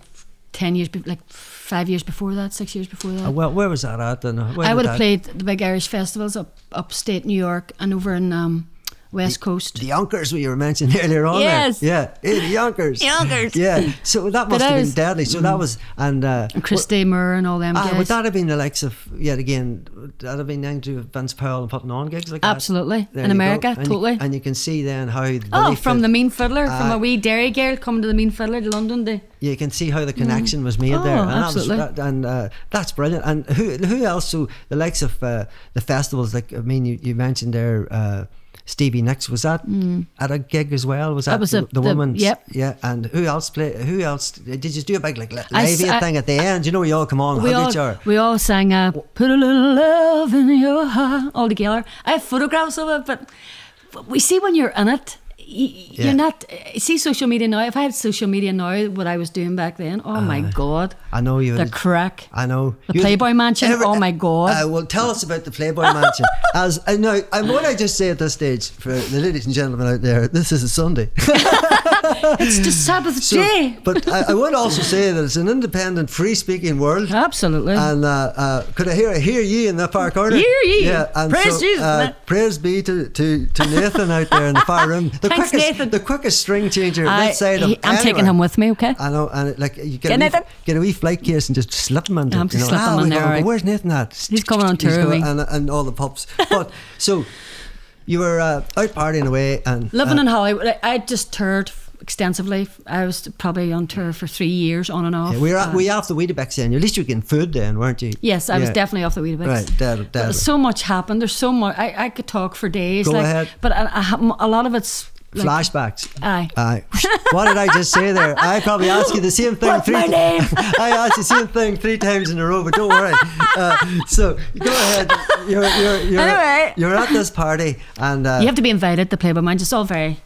ten years, be- like five years before that, six years before that.
Uh, well, where was that at? And when
I
did
would have
that-
played the big Irish festivals up upstate New York and over in um, West Coast.
The Yonkers, we were mentioning earlier on.
Yes.
There. Yeah. Hey, the Yonkers.
Yonkers.
Yeah. So that must
I
have been
was-
deadly. So that was and. Uh,
and Christy Murr and all them
Ah, would
guys.
that have been the likes of yet again? would That have been Andrew Vince Powell and putting on gigs like that.
Absolutely.
There
in
you go.
America,
And you-
totally.
and you can see then how the
Oh,
leaf
from
that-
the Mean Fiddler, from
Uh,
a wee dairy girl coming to the Mean Fiddler to London. They,
you can see how the connection was made
Oh,
there, and,
absolutely.
That was, that, and uh, that's brilliant. And who who else? So the likes of uh, the festivals, like I mean, you, you mentioned there, uh, Stevie Nicks was that at a gig as well? Was that,
Mm. was
the,
a-
the
the-
woman's?
yep.
yeah. And who else play? Who else did you do a big like li-
I
live
s- I-
thing at the end? You know, we all come on,
we
hug
all
each other.
we all sang uh, "Put a Little Love in Your Heart" all together. I have photographs of it, but we see when you're in it, y- y- you're
Yeah.
not. uh, See social media now. If I had social media now, what I was doing back then, oh my god,
Uh, I know you.
the crack.
I know
The Playboy Mansion? Oh my God.
Uh, well, tell us about the Playboy Mansion. As I know, and what I just say at this stage for the ladies and gentlemen out there, this is a Sunday.
It's just Sabbath
So-
day.
But I, I would also say that it's an independent, free-speaking world.
Absolutely.
And uh, uh, could I hear hear ye in the far corner?
Hear ye.
Yeah, and
Praise
so,
Jesus,
Uh,
man.
praise be to, to, to Nathan out there in the far room. The
Thanks,
quickest,
Nathan.
the quickest string changer
I,
this side of
he- I'm taking
anywhere.
him with me. Okay.
I know, and it, like you get,
Yeah,
a wee,
Nathan.
get a wee flight case and just slip him into.
I'm
it,
just
you know,
slip
"Ah,
him in
we
there,
got him,
right."
Where's Nathan at?
He's coming on tour,
going-
we.
and, and all the pubs. But so you were uh, out partying away and
Living
uh,
in Hollywood, I, I just toured extensively. I was probably on tour for three years, on and off.
yeah, we were
Uh,
we were off the Weedabecks then. At least you were getting food then, weren't you?
Yes, I was
Yeah.
definitely off the Weetabix.
Right, that- that-
So much happened. There's so much. I, I could talk for days.
Go
like,
ahead.
But I, I, ha- a lot of it's like,
Flashbacks.
Aye.
Aye. What did I just say there? I probably asked you the same thing.
What's
three
my
ti-
name?
I asked you the same thing three times in a row, but don't worry. Uh, so go ahead. You're, you're, you're,
Anyway.
you're at this party, and uh,
You have to be invited to play by mine. It's all very.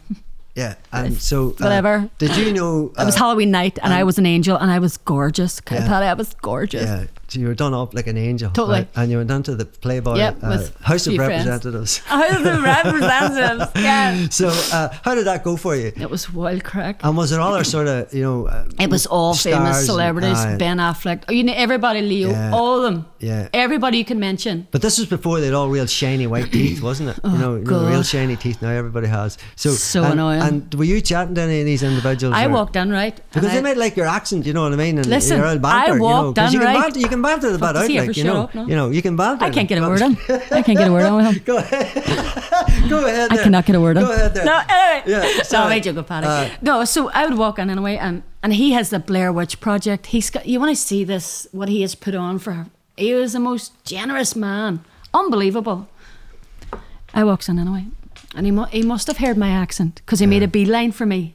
yeah, and so uh,
Whatever.
Did you know?
It was
uh,
Halloween night, and I was an angel, and I was gorgeous. Can I tell you, I was gorgeous.
Yeah, so you were done up like an angel.
Totally.
And you went down to the Playboy
Yep,
uh,
with
House of
few friends.
Representatives.
How do the representatives? Yeah.
So, uh, how did that go for you?
It was wild crack.
And was it all our sort of, you know, uh,
It was all
Um, stars and-
famous celebrities:
aye.
Ben Affleck, oh, you know, everybody, Leo,
Yeah.
all of them,
Yeah.
everybody you can mention.
But this was before they had all real shiny white teeth, wasn't it? you know, you know, real
Oh, God.
shiny teeth. Now everybody has. So,
So
and,
annoying.
And were you chatting to any of these individuals?
I
or-
walked in right and
Because
I-
they might like your accent, you know what I mean? And
Listen,
your old banter,
I
you know,
walked
'cause
down
you can
right.
banter, you can banter the bad
Fuck,
out,
does he
like
ever
you
shut
know,
up? No.
you know, you can banter.
I can't
them.
get a word in. I can't get a word in with him.
Go ahead. go ahead.
I
there.
cannot get a word in.
Go ahead there.
No, anyway.
Yeah, sorry.
Sorry, Joe Paddy.
Uh,
no, so I would walk in anyway, and and he has the Blair Witch Project. He's got. You want to see this? What he has put on for her. He is the most generous man. Unbelievable. I walks in anyway, and he mu- he must have heard my accent because he made a beeline for me,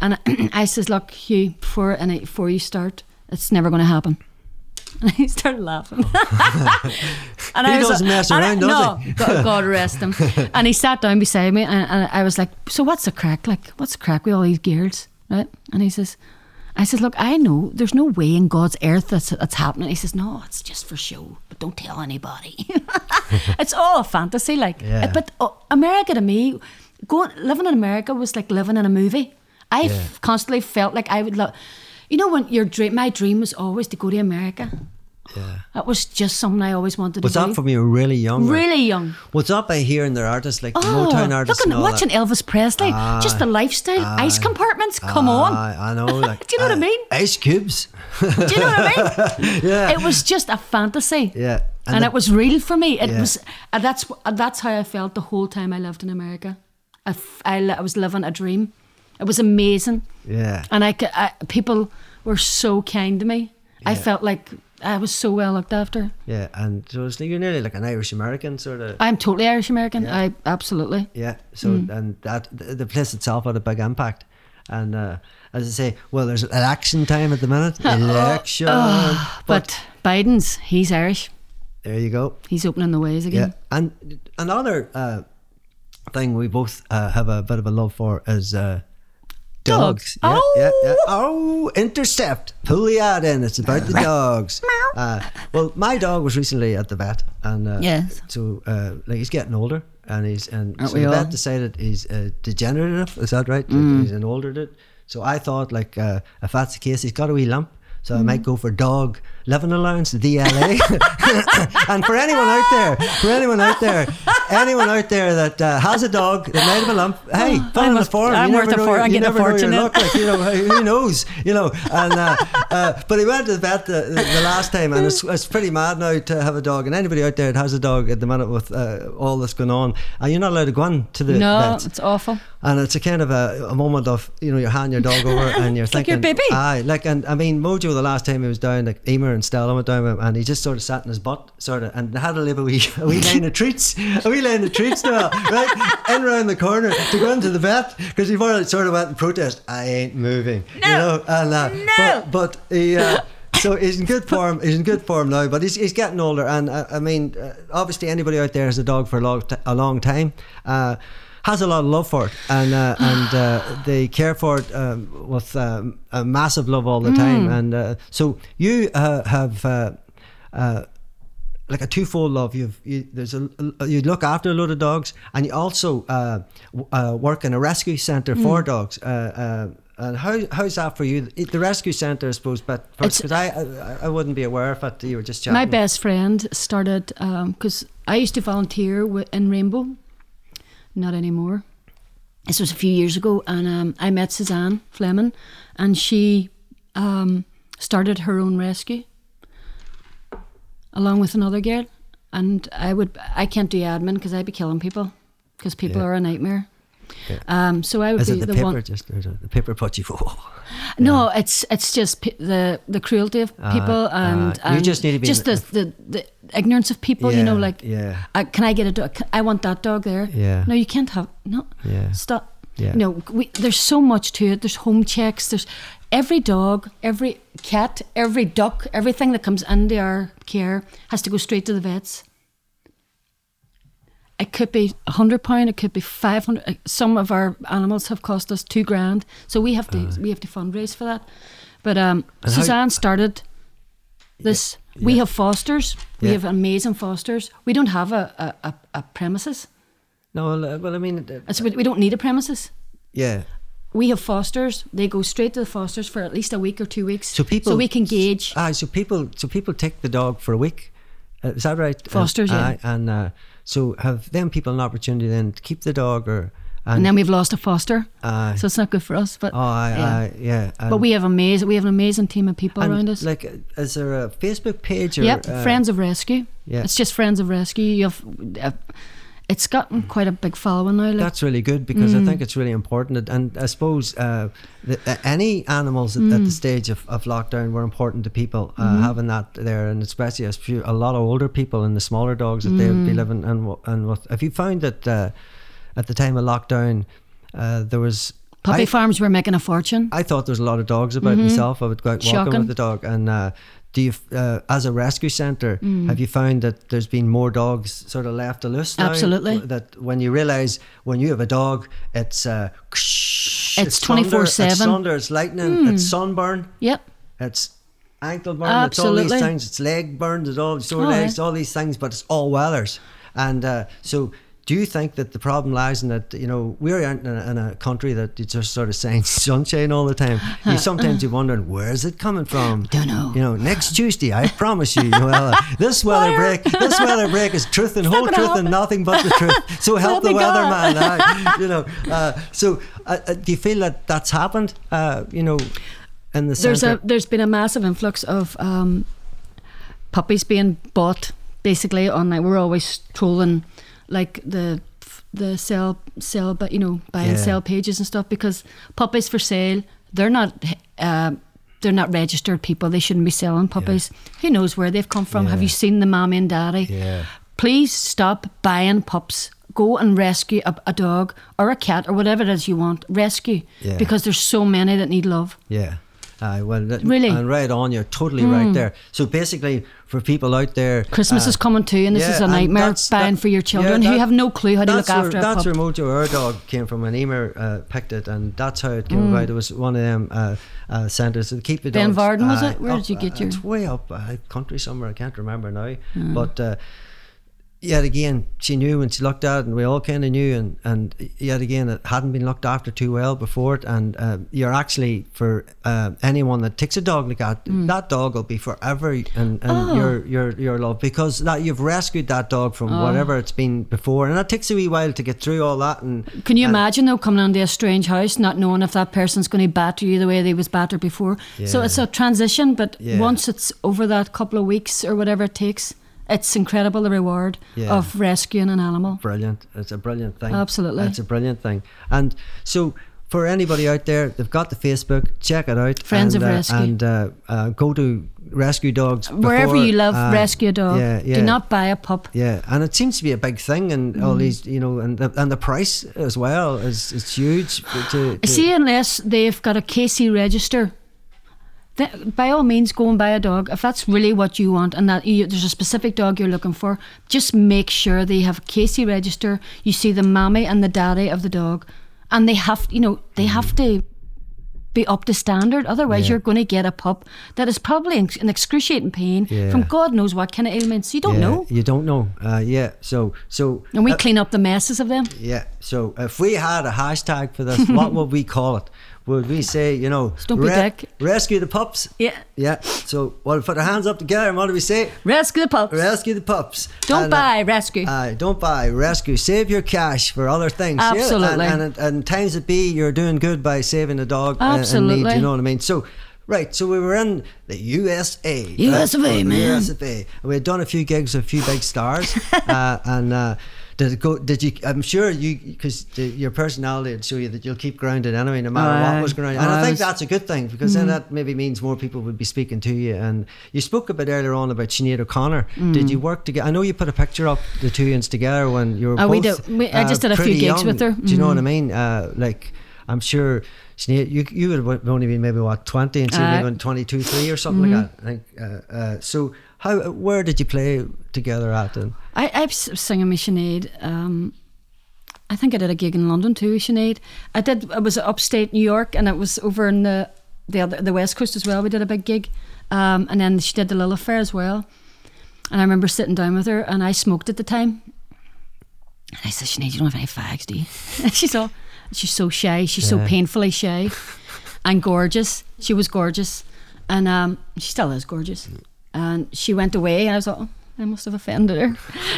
and I says, "Look, Hugh, before and before you start, it's never going to happen." And he started laughing. and
He doesn't mess
and
around, does
no,
he?
God, God rest him. and he sat down beside me, and, and I was like, "So what's the crack? Like, what's the crack with all these girls, right?" And he says, "I said, look, I know there's no way in God's earth that's that's happening." He says, "No, it's just for show, but don't tell anybody. it's all a fantasy, like.
Yeah.
But oh, America to me, going living in America was like living in a movie. I
Yeah.
f- constantly felt like I would love, you know, when your dream, my dream was always to go to America.
Yeah.
That was just something I always wanted
What's
to do.
up from you? Really young. like-
Really young.
What's up by hearing their artists like the Ah,
Oh,
Motown artists?
look
and
at
all
watching
that.
Elvis Presley. just the lifestyle, ice compartments. Come on,
I, I know. Like,
Do you know what I mean?
Ice cubes.
do you know what I mean?
yeah.
It was just a fantasy.
yeah.
And,
the-
it was real for me. It
Yeah.
was and that's and that's how I felt the whole time I lived in America. I, f- I li- I was living a dream. It was amazing,
Yeah.
and I, c- I- people were so kind to me. I felt like I was so well looked after.
Yeah. And so it's like you're nearly like an Irish American sort of.
I'm totally Irish American. I absolutely.
Yeah. So
Hmm.
and that the the place itself had a big impact. And uh, as I say, well, there's election time at the minute. Election.
Oh, ah, But Biden's he's Irish.
there you go.
He's opening the ways
Yeah,
again.
and another uh, thing we both uh, have a bit of a love for is uh, dogs.
Dogs.
Yeah, yeah, yeah.
Ow.
Oh, intercept! Pull the ad in. It's about the dogs. Uh, well, my dog was recently at the vet, and uh,
Yes.
so uh, like he's getting older, and he's and
Aren't
so
we
the vet
all? Mm.
decided he's uh, degenerative. Is that right? He's an older dude. So I thought like uh, if that's the case, he's got a wee lump. So
Mm.
I might go for dog living allowance, DLA. and for anyone out there, for anyone out there, anyone out there that uh, has a dog that might have a lump, hey, fill in the
Oh, must-
form.
I'm
you
worth
never
a
know
for-
your-
I'm
you
getting
never
a
know your
fortune in.
luck, like, you know, who knows? You know, and uh, uh, but he went to the vet the, the, the last time, and it's, it's pretty mad now to have a dog. And anybody out there that has a dog at the minute with uh, all that's going on, and you're not allowed to go in to the
No,
vets.
it's awful.
And it's a kind of a, a moment of you know you're handing your dog over and you're
like
thinking
your baby.
Aye, like and I mean Mojo the last time he was down like Emer and Stella went down with him and he just sort of sat in his butt sort of and had a little wee a wee line of treats a wee line of treats now right in round the corner to go into the vet because he already sort of went in protest I ain't moving you know and uh,
No.
but but he. Uh, So he's in good form. He's in good form now, but he's, he's getting older. And uh, I mean, uh, obviously, anybody out there has a dog for a long, t- a long time. Uh, has a lot of love for it, and uh, and uh, they care for it um, with um, a massive love all the time. And uh, so you uh, have uh, uh, like a twofold love. You've you, there's a you look after a load of dogs, and you also uh, w- uh, work in a rescue centre
Mm.
for dogs. Uh, uh, and how how's that for you? The rescue centre, I suppose, but
It's-
because I, I I wouldn't be aware of it. You were just chatting.
My best friend started because I used to volunteer wi- in Rainbow, not anymore. This was a few years ago, and um, I met Suzanne Fleming, and she um, started her own rescue along with another girl. And I would I can't do admin because I'd be killing people because people
Yeah.
are a nightmare. Um, so I would
Is
be
it the,
the
paper?
one.
Just or is it the paper put you.
No, it's it's just p- the the cruelty of people and,
aye. Uh, You
and
just need to be
just
in-
the, the, the ignorance of people. you know,
Yeah,
like
yeah.
I, Uh, can I get a dog? Can- I want that dog there.
Yeah.
No, you can't have no.
Yeah.
Stop.
Yeah.
No, we, there's so much to it. There's home checks. There's every dog, every cat, every duck, everything that comes into our care has to go straight to the vets. It could be a hundred pound. It could be five hundred. uh, Some of our animals have cost us two grand, so we have to we have to fundraise for that. But um,
how-
Suzanne started this. We have fosters. We
Yeah.
have amazing fosters. We don't have a a, a, a premises.
No, well, uh, well, I mean, uh,
It's, we we don't need a premises.
yeah.
We have fosters. They go straight to the fosters for at least a week or two weeks.
So people. Ah.
so we can gauge.
Aye, so people. So people take the dog for a week. Uh, is that right?
Fosters, yeah.
aye, and uh, so have them people an opportunity then to keep the dog, or
And, then we've lost a foster,
Aye.
so it's not good for us. But
Uh, oh, aye,
yeah.
aye, yeah.
but we have amazing we have an amazing team of people
and
around us.
Like, uh, is there a Facebook page or?
Yep,
uh,
Friends of Rescue.
yeah.
It's just Friends of Rescue. You have, uh, it's gotten quite a big following now. Like,
That's really good because
Mm.
I think it's really important. And- And I suppose uh, the, uh, any animals at,
Mm.
at the stage of, of lockdown were important to people uh,
Mm-hmm.
having that there, and especially as few, a lot of older people and the smaller dogs that they would
Mm.
be living and wa- and what. Have you found that uh, at the time of lockdown uh, there was
puppy
I- Ah.
farms were making a fortune.
I thought there was a lot of dogs about myself. I would go out walking
Mm-hmm. Shocking.
with the dog. And uh, do you, uh, as a rescue centre,
Mm.
have you found that there's been more dogs sort of left loose? Now?
Absolutely.
That when you realise when you have a dog, it's uh, it's, thunder,
24/7.
It's thunder, it's lightning,
Mm.
it's sunburn,
yep.
it's ankle burn, it's all
Absolutely.
these things, it's leg burn, it's all sore
Aye.
legs, all these things, but it's all weathers. And uh, so. Do you think that the problem lies in that you know we're in a, in a country that it's just sort of saying sunshine all the time? You sometimes you're wondering where is it coming from?
Don't know.
You know, next Tuesday, I promise you, Noella, this weather break, this weather break is truth and whole
gonna
truth
happen.
and nothing but the truth. So help
Help
the
me God.
weatherman. aye. you know, uh, so uh, uh, do you feel that that's happened? Uh, you know, in the
There's
centre?
a there's been a massive influx of um, puppies being bought basically on like we're always trolling like the the sell sell but you know buy and
Yeah.
sell pages and stuff because puppies for sale they're not uh, they're not registered people they shouldn't be selling puppies who knows where they've come from have
Yeah.
you seen the mommy and daddy
Yeah.
please stop buying pups go and rescue a, a dog or a cat or whatever it is you want rescue
Yeah.
because there's so many that need love
Yeah. Aye, well, that-
Really? Hmm.
And right on, you're totally right there. So basically, for people out there,
Christmas
uh,
is coming too, and this
yeah,
is a
and
nightmare
that's-
buying
that-
for your children
yeah,
who
that-
have no clue how to look
that's
after
where,
a
That's
pup.
where Mojo, our dog, came from. An emu uh, picked it, and that's how it
Hmm.
came about. It was one of them uh, uh, centres that keep the
Ben
dogs.
Varden, was
aye,
it? Where
up,
did you get
uh,
your- Hmm.
It's way up uh, country somewhere. I can't remember now. But uh, yet again, she knew when she looked at it, and we all kind of knew. And, and yet again, it hadn't been looked after too well before it. And uh, you're actually, for uh, anyone that takes a dog like that, that dog will be forever in, in your, your, your love because that you've rescued that dog from whatever it's been before. And that takes a wee while to get through all that. And
Can you imagine though coming into a strange house, not knowing if that person's going to batter you the way they was battered before? So
Yeah.
it's a transition, but
Yeah.
once it's over that couple of weeks or whatever it takes, it's incredible the reward
Yeah.
of rescuing an animal.
brilliant. It's a brilliant thing.
Absolutely.
It's a brilliant thing. And so for anybody out there, they've got the Facebook. Check it out.
Friends
and,
of
uh,
Rescue.
and uh, uh, go to rescue dogs
Wherever
before,
you love,
uh,
rescue a dog.
Yeah, yeah.
Do not Mm-hmm. buy a pup.
Yeah, and it seems to be a big thing, and all these, you know, and the, and the price as well is it's huge. To, to-
See, unless they've got a KC register, th- by all means, go and buy a dog. If that's really what you want and that you, there's a specific dog you're looking for, just make sure they have a KC register. You see the mommy and the daddy of the dog, and they have, you know, they have to be up to standard.
Mm-hmm.
Otherwise,
Yeah.
you're going to get a pup that is probably in, in excruciating pain from
Yeah.
God knows what kind of ailments. You don't
Yeah,
know.
You don't know. Uh, yeah. So so.
And we
uh,
clean up the messes of them.
yeah. So if we had a hashtag for this, what would we call it? Would we say, you know,
Don't be dick.
rescue the pups?
Yeah.
Yeah. So well, put our hands up together, and what do we say?
Rescue the pups.
Rescue the pups.
don't
And, uh,
buy, rescue.
Aye, don't buy, rescue, save your cash for other things. Yeah, and-
Absolutely.
and, and, and times it be, you're doing good by saving a dog. uh, in need,
Absolutely.
you know what I mean? So, right, so we were in the USA.
US of A,
Uh,
man.
US of A. And we had done a few gigs with a few big stars. uh, and uh, did it go, did you, I'm sure you, because your personality would show you that you'll keep grounded anyway, no matter what
Aye.
was going on. And I,
I
think
was- Mm.
that's a good thing because then that maybe means more people would be speaking to you. And you spoke a bit earlier on about Sinead O'Connor. Did
Mm.
you work together? I know you put a picture up the two of together when you were.
Oh, we
both, uh,
did- we- I just did a few
pretty
gigs
young.
with her. Mm.
Do you know what I mean? Uh, like, I'm sure Sinead, you you would have only been maybe what 20 and she
Aye.
maybe on 22, 3 or something like
mm-hmm.
that. I think. Uh, uh, so, how where did you play together at? And
I, I was singing with Sinead. Um, I think I did a gig in London too, with Sinead. I did. It was upstate New York, and it was over in the the other, the West Coast as well. We did a big gig, um, and then she did the Lilith Fair as well. And I remember sitting down with her, and I smoked at the time. And I said, Sinead, you don't have any fags, do you? And she's all, she's so shy. She's so
Yeah.
painfully shy, and gorgeous. She was gorgeous, and um, she still is gorgeous. And she went away, and I was like, oh, I must have offended her.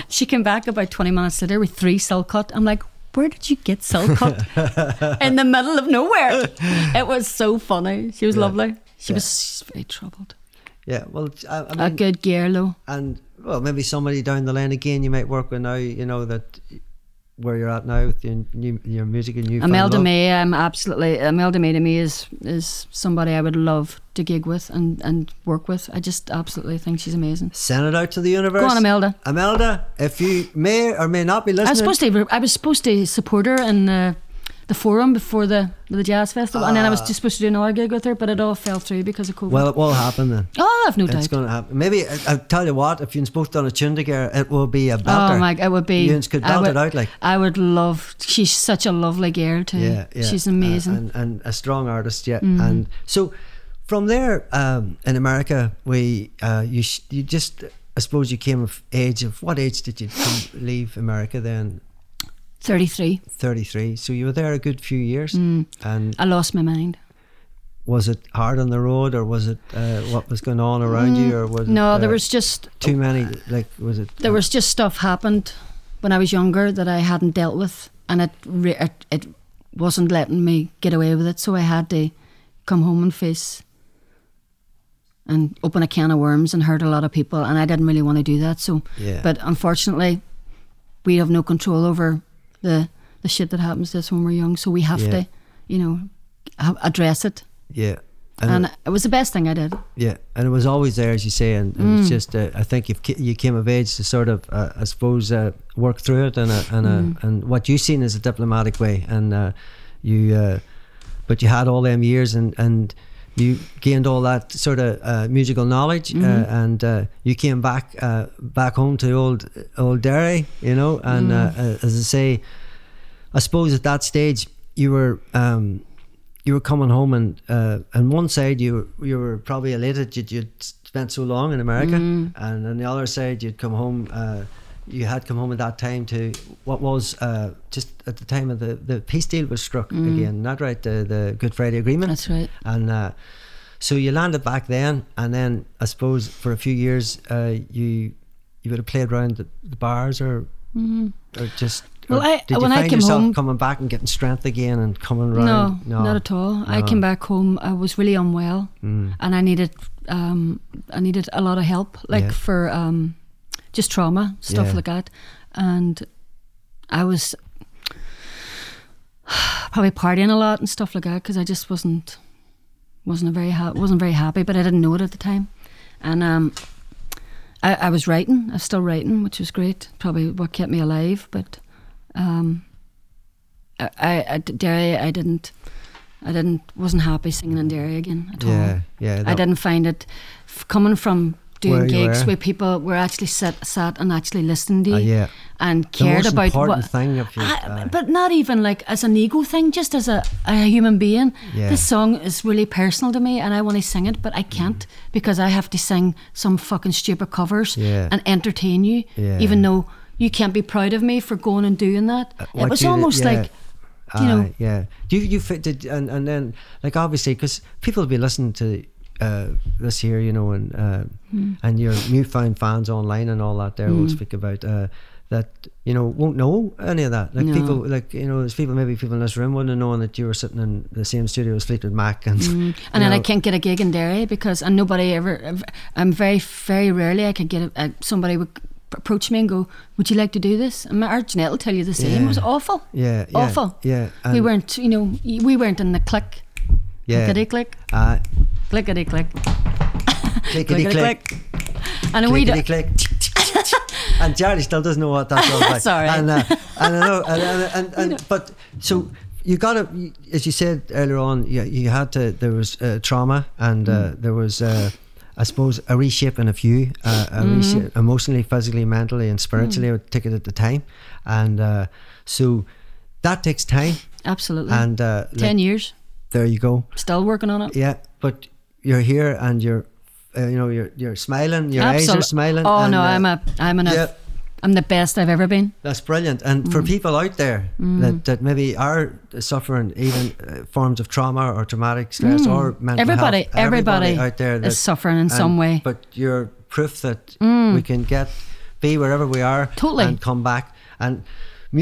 She came back about twenty minutes later with three cell cut. I'm like, where did you get so cut in the middle of nowhere? It was so funny. She was
Yeah.
lovely. She
Yeah.
was very troubled.
Yeah, well, I, I mean,
a good gear, though.
and well, maybe somebody down the line again you might work with now. You know that where you're at now with your new, your music and new.
Imelda May, I'm absolutely Imelda May to me is is somebody I would love to gig with and and work with. I just absolutely think she's amazing.
Send it out to the universe.
Go on, Imelda.
Imelda, if you may or may not be listening,
I was supposed to I was supposed to support her in the the forum before the the jazz festival, and then I was just supposed to do another gig with her, but it all fell through because of COVID.
Ah. well, it will happen then.
oh, I've no
It's
doubt.
going to happen. Maybe I, I'll tell you what. If you're both done a tune together, it will be a belter.
Oh my, it would be.
You could
I
belt
would,
it out like.
I would love. She's such a lovely girl too.
Yeah, yeah.
Mm. She's
Uh,
amazing. Mm.
and, and a strong artist. Yeah, and so from there um, in America, we uh, you sh- you just I suppose you came of age of what age did you come, leave America then?
Thirty three.
Thirty three. So you were there a good few years,
Mm.
and
I lost my mind.
was it hard on the road, or was it uh, what was going on around you, or was
Mm. No,
it,
there
uh,
was just
too many? Like was it?
there was just stuff happened when I was younger that I hadn't dealt with, and it re- it, it wasn't letting me get away with it. So I had to come home and face and open a can of worms and hurt a lot of people, and I didn't really want to do that. So,
Yeah.
but unfortunately, we have no control over the the shit that happens to us when we're young. So we have
Yeah.
to, you know, ha- address it.
yeah.
And it was the best thing I did.
Yeah, and it was always there, as you say, and, and it's just uh, I think you you came of age to sort of uh, I suppose uh, work through it, and a, and a, and what you've seen is a diplomatic way, and uh, you uh, but you had all them years, and and you gained all that sort of uh, musical knowledge, uh, and uh, you came back uh, back home to old old Derry, you know, and uh, uh, as I say, I suppose at that stage you were um, you were coming home and uh, on one side you were, you were probably elated you'd, you'd spent so long in America, and on the other side you'd come home. Uh, you had come home at that time to what was uh, just at the time of the, the peace deal was struck again, not right the the Good Friday Agreement,
That's right.
and. Uh, so you landed back then, and then I suppose for a few years uh, you you would have played around the, the bars or or just. or
Mm-hmm. Well, I-
did you
when I
find
came
yourself
home-
coming back and getting strength again and coming round?
No, not at all. I came back home. I was really unwell, and I needed um, I needed a lot of help, like
Yeah.
for um, just trauma stuff
Yeah.
like that. And I was probably partying a lot and stuff like that because I just wasn't wasn't a very ha- wasn't very happy, but I didn't know it at the time. And um, I, I was writing. I was still writing, which was great. Probably what kept me alive. But um, I, I, I Derry, I didn't, I didn't, wasn't happy singing in Derry again at
Yeah,
all.
yeah.
I
that-
didn't find it f- coming from doing
Where you
gigs
were.
where people were actually sat, sat and actually listened to you
Ah, yeah.
and
The
cared
most
about
important
what.
thing of you.
I, but not even like as an ego thing, just as a, a human being.
Yeah.
This song is really personal to me and I want to sing it, but I
Mm.
can't because I have to sing some fucking stupid covers
Yeah.
and entertain you,
Yeah.
even though you can't be proud of me for going and doing that.
what
it was
Uh, you did-
almost
yeah.
like, you know,
Aye, yeah. Do you you fit did and and then like obviously because people will be listening to uh, this here, you know, and uh,
Hmm.
and your newfound fans online and all that. There will speak about. Uh, that you know won't know any of that. Like
No.
people, like you know, there's people maybe people in this room wouldn't have known that you were sitting in the same studio as Fleetwood Mac and
Hmm. and
you
then I
know.
can't get a gig in Derry because and nobody ever. I'm very very rarely I could get a, a, somebody would approach me and go, "Would you like to do this?" And my aunt Jeanette will tell you the same. It was
Yeah.
awful.
Yeah, yeah,
awful.
yeah,
we
and-
weren't. You know, we weren't in the click.
Yeah.
Clickety click,
Uh,
clickety click,
clickety
clickety
click,
click. And we
clickety
don't.
click. and Charlie still doesn't know what that's all about.
That's all right.
And, uh, and I know, and, and, and, and but so you got to, as you said earlier on, you, you had to. There was uh, trauma, and uh,
Mm.
there was, uh, I suppose, a reshaping of you, uh, a
Mm-hmm.
reshape, emotionally, physically, mentally, and
Mm.
spiritually. I would take it at the time, and uh, so that takes time.
Absolutely.
And uh,
Ten
like,
years,
there you go.
still working on it.
Yeah, but you're here and you're, uh, you know, you're you're smiling. Your eyes are
Absolute-
smiling.
Oh
and,
no,
uh,
I'm a, I'm an,
yeah.
I'm the best I've ever been.
That's brilliant. And
Mm.
for people out there that, that maybe are suffering even uh, forms of trauma or traumatic stress or mental
Mm. Everybody-
health,
everybody
out there
is
that,
suffering in some way. Mm.
But you're proof that we can get be wherever we are
Totally.
and come back and.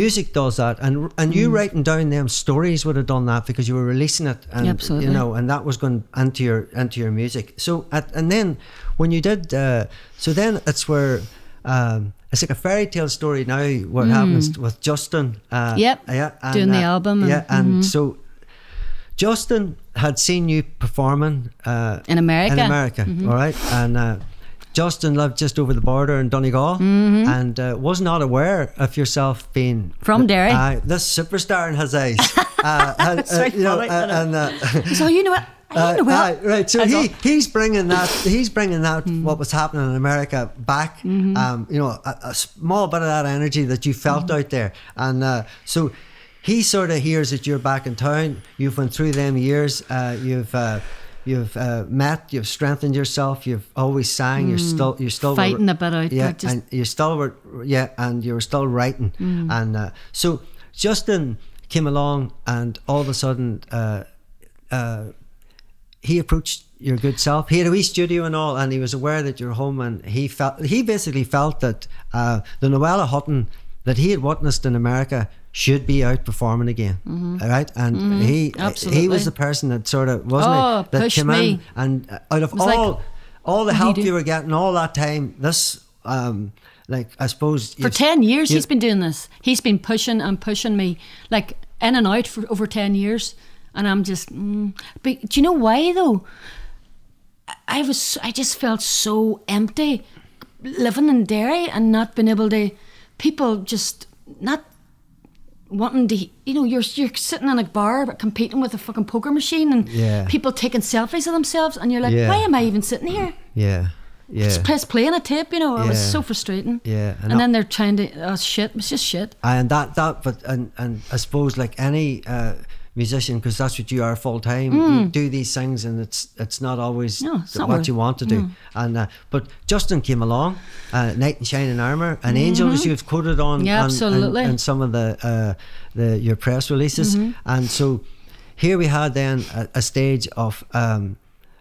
music does that, and and
Mm.
you writing down them stories would have done that because you were releasing it, and
Absolutely.
you know, and that was going into your into your music. So at, and then when you did, uh, so then it's where. Um, it's like a fairy tale story now. What happens with Justin? Uh,
Mm. Yep.
Yeah. and, uh,
Doing the album and- mm-hmm.
Yeah. And so Justin had seen you performing uh,
In America.
in America, all right? And uh, Justin lived just over the border in Donegal and uh, was not aware of yourself being
From Derry.
Uh, this superstar in his eyes. Uh, and, uh,
Sorry,
you know,
Polly,
uh,
I know.
and, uh,
So you know what? I
uh,
don't know what.
aye, right, so
I
he,
got-
he's bringing that he's bringing that
Mm-hmm.
what was happening in America back. Um, you know, a, a small bit of that energy that you felt
Mm-hmm.
out there, and uh, so he sort of hears that you're back in town. You've went through them years. Uh, you've uh, you've uh, met. You've strengthened yourself. You've always sang. You're still you're still
Mm. Fighting a bit out,
Yeah,
but just- Mm.
and you still were yeah, and you were still writing, and uh, so Justin came along, and all of a sudden. Uh, he approached your good self. He had a wee studio and all, and he was aware that you're home. And he felt he basically felt that uh, the Noella Hutton that he had witnessed in America should be out performing again, all right? And he he
Mm-hmm. absolutely.
was the person that sort of wasn't
Oh,
he that
pushed
came
me.
in and uh, out of
was like,
all all the
do you
help
do?
you, were getting all that time, this um like I suppose
For
you-
10 years,
you-
he's been doing this. He's been pushing and pushing me, like in and out for over 10 years. And I'm just, mm. but do you know why though? I- I was, I just felt so empty living in Derry and not being able to, people just not wanting to, you know, you're, you're sitting in a bar but competing with a fucking poker machine and
Yeah.
people taking selfies of themselves. And you're like,
Yeah.
why am I even sitting here?
yeah yeah
Just press play on a tape, you know. It was
Yeah.
so frustrating.
Yeah, and
And,
that-
then they're trying to oh shit, it's just shit.
and that that but and and I suppose like any uh, musician because that's what you are full time you do these things and it's it's not always
Mm. No, it's
th-
not
what
worth- Mm.
you want to do and uh, but Justin came along uh, Knight in Shining Armour and Angel as you've quoted on
Mm-hmm. Yeah,
on- on-
absolutely. Mm-hmm.
in some of the uh, the your press releases and so here we had then a, a stage of um,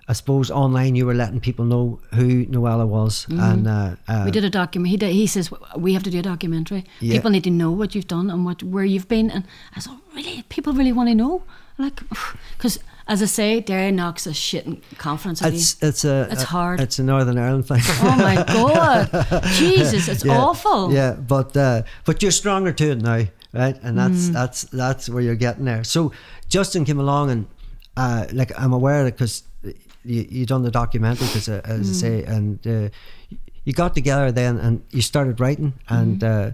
I suppose online you were letting people know who Noella was and uh, uh,
Mm-hmm. We did a document. He did, he says we have to do a documentary.
Yeah.
People need to know what you've done and what where you've been. And I thought, really, people really want to know, like, because as I say, Derry knocks a shit in confidence. out of you.
it's it's a
It's
a-
hard.
it's a Northern Ireland thing.
oh my god, Jesus, it's
Yeah,
awful.
Yeah, but uh, but you're stronger to it now, right? And that's
Mm.
that's that's where you're getting there. So Justin came along and uh, like I'm aware that because you you done the documentary, 'cause, uh, as
Mm.
I say, and uh, you got together then and you started writing and. Uh,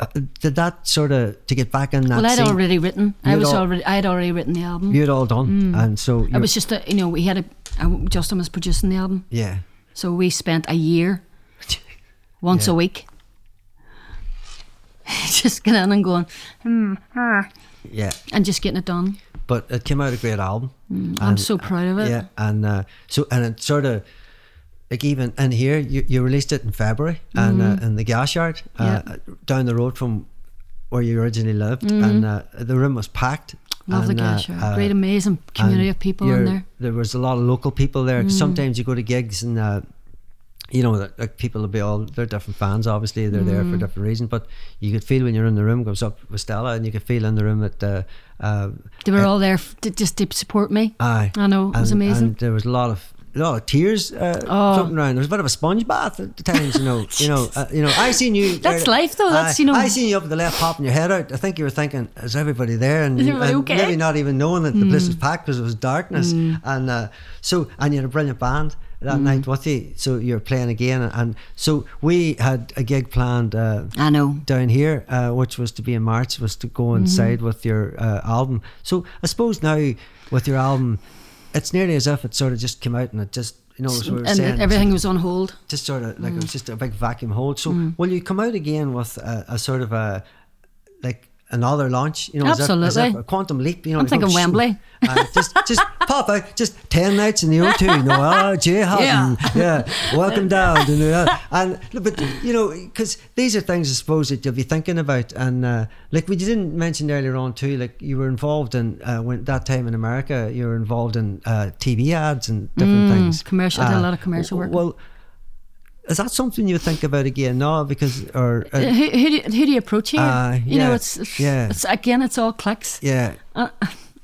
uh, did that sort of to get back in that
Mm-hmm. Well, I'd
scene,
already written. I
You'd
was
al-
already. I had already written the album.
you'd all done and so
It
you
Mm. was just a, you know, we had a. I- Justin was producing the album,
yeah
so we spent a year once a week. just getting in and going
yeah
and just getting it done.
but it came out a great album
I'm so proud of it.
uh, Yeah, and uh, so and it sort of like even in here, you, you released it in February and uh, in the gas yard uh,
Mm-hmm. Yeah. Mm-hmm.
down the road from where you originally lived, and uh, the room was packed.
Love the
and, uh,
Gash.
uh,
Great, amazing community
and
of people in
you're-
there. Mm-hmm.
There was a lot of local people there. 'cause Sometimes you go to gigs and. Uh, you know that like people will be all they're different fans. Obviously, they're there
Mm-hmm.
for different reasons. But you could feel when you're in the room, goes up with Stella, and you could feel in the room that uh, uh,
They were all there f- to, just to support me.
Aye.
I know, it was
Uh, And-
amazing.
And there was a lot of a lot of tears uh,
Oh.
floating around. There was a bit of a sponge bath at the times, you know. you know, uh, you know. I seen you.
That's life though, that's,
Aye.
you know-
I seen you up at the left, popping your head out. I think you were thinking, "Is everybody there?" And,
Is everybody
and
okay? Mm.
maybe not even knowing that the place was packed because it was darkness. And uh, so, and you had a brilliant band
Mm.
that night with you. So you were playing again, and so we had a gig planned. Uh,
I know.
down here, uh, which was to be in March, was to go
Mm-hmm.
inside with your uh, album. So I suppose now with your album, it's nearly as if it sort of just came out and it just, you know, as we were
and
saying,
everything was on hold.
just sort of like
Mm.
it was just a big vacuum hold. So will you come out again with a, a sort of a like another launch? You know, as if- As if,
Absolutely.
a quantum leap. You know,
I'm
you go,
thinking
"Shh."
Wembley.
Uh, just, just pop out. Just ten nights in the O2. No, oh, Jay Hutton. Yeah, welcome down. You know, ah. and but you know, because these are things I suppose that you'll be thinking about. And uh, like we didn't mention earlier on too, like you were involved in uh, when that time in America, you were
Mm,
involved in uh, TV ads and different things.
commercial- I did a lot of commercial
w-
work.
Well, Is that something you think about again now? Because or,
who,
or
who, do you, who do you approach here?
Ah,
you know,
Uh, yeah,
it's, it's,
yeah.
it's again, it's all clicks.
yeah,
Uh,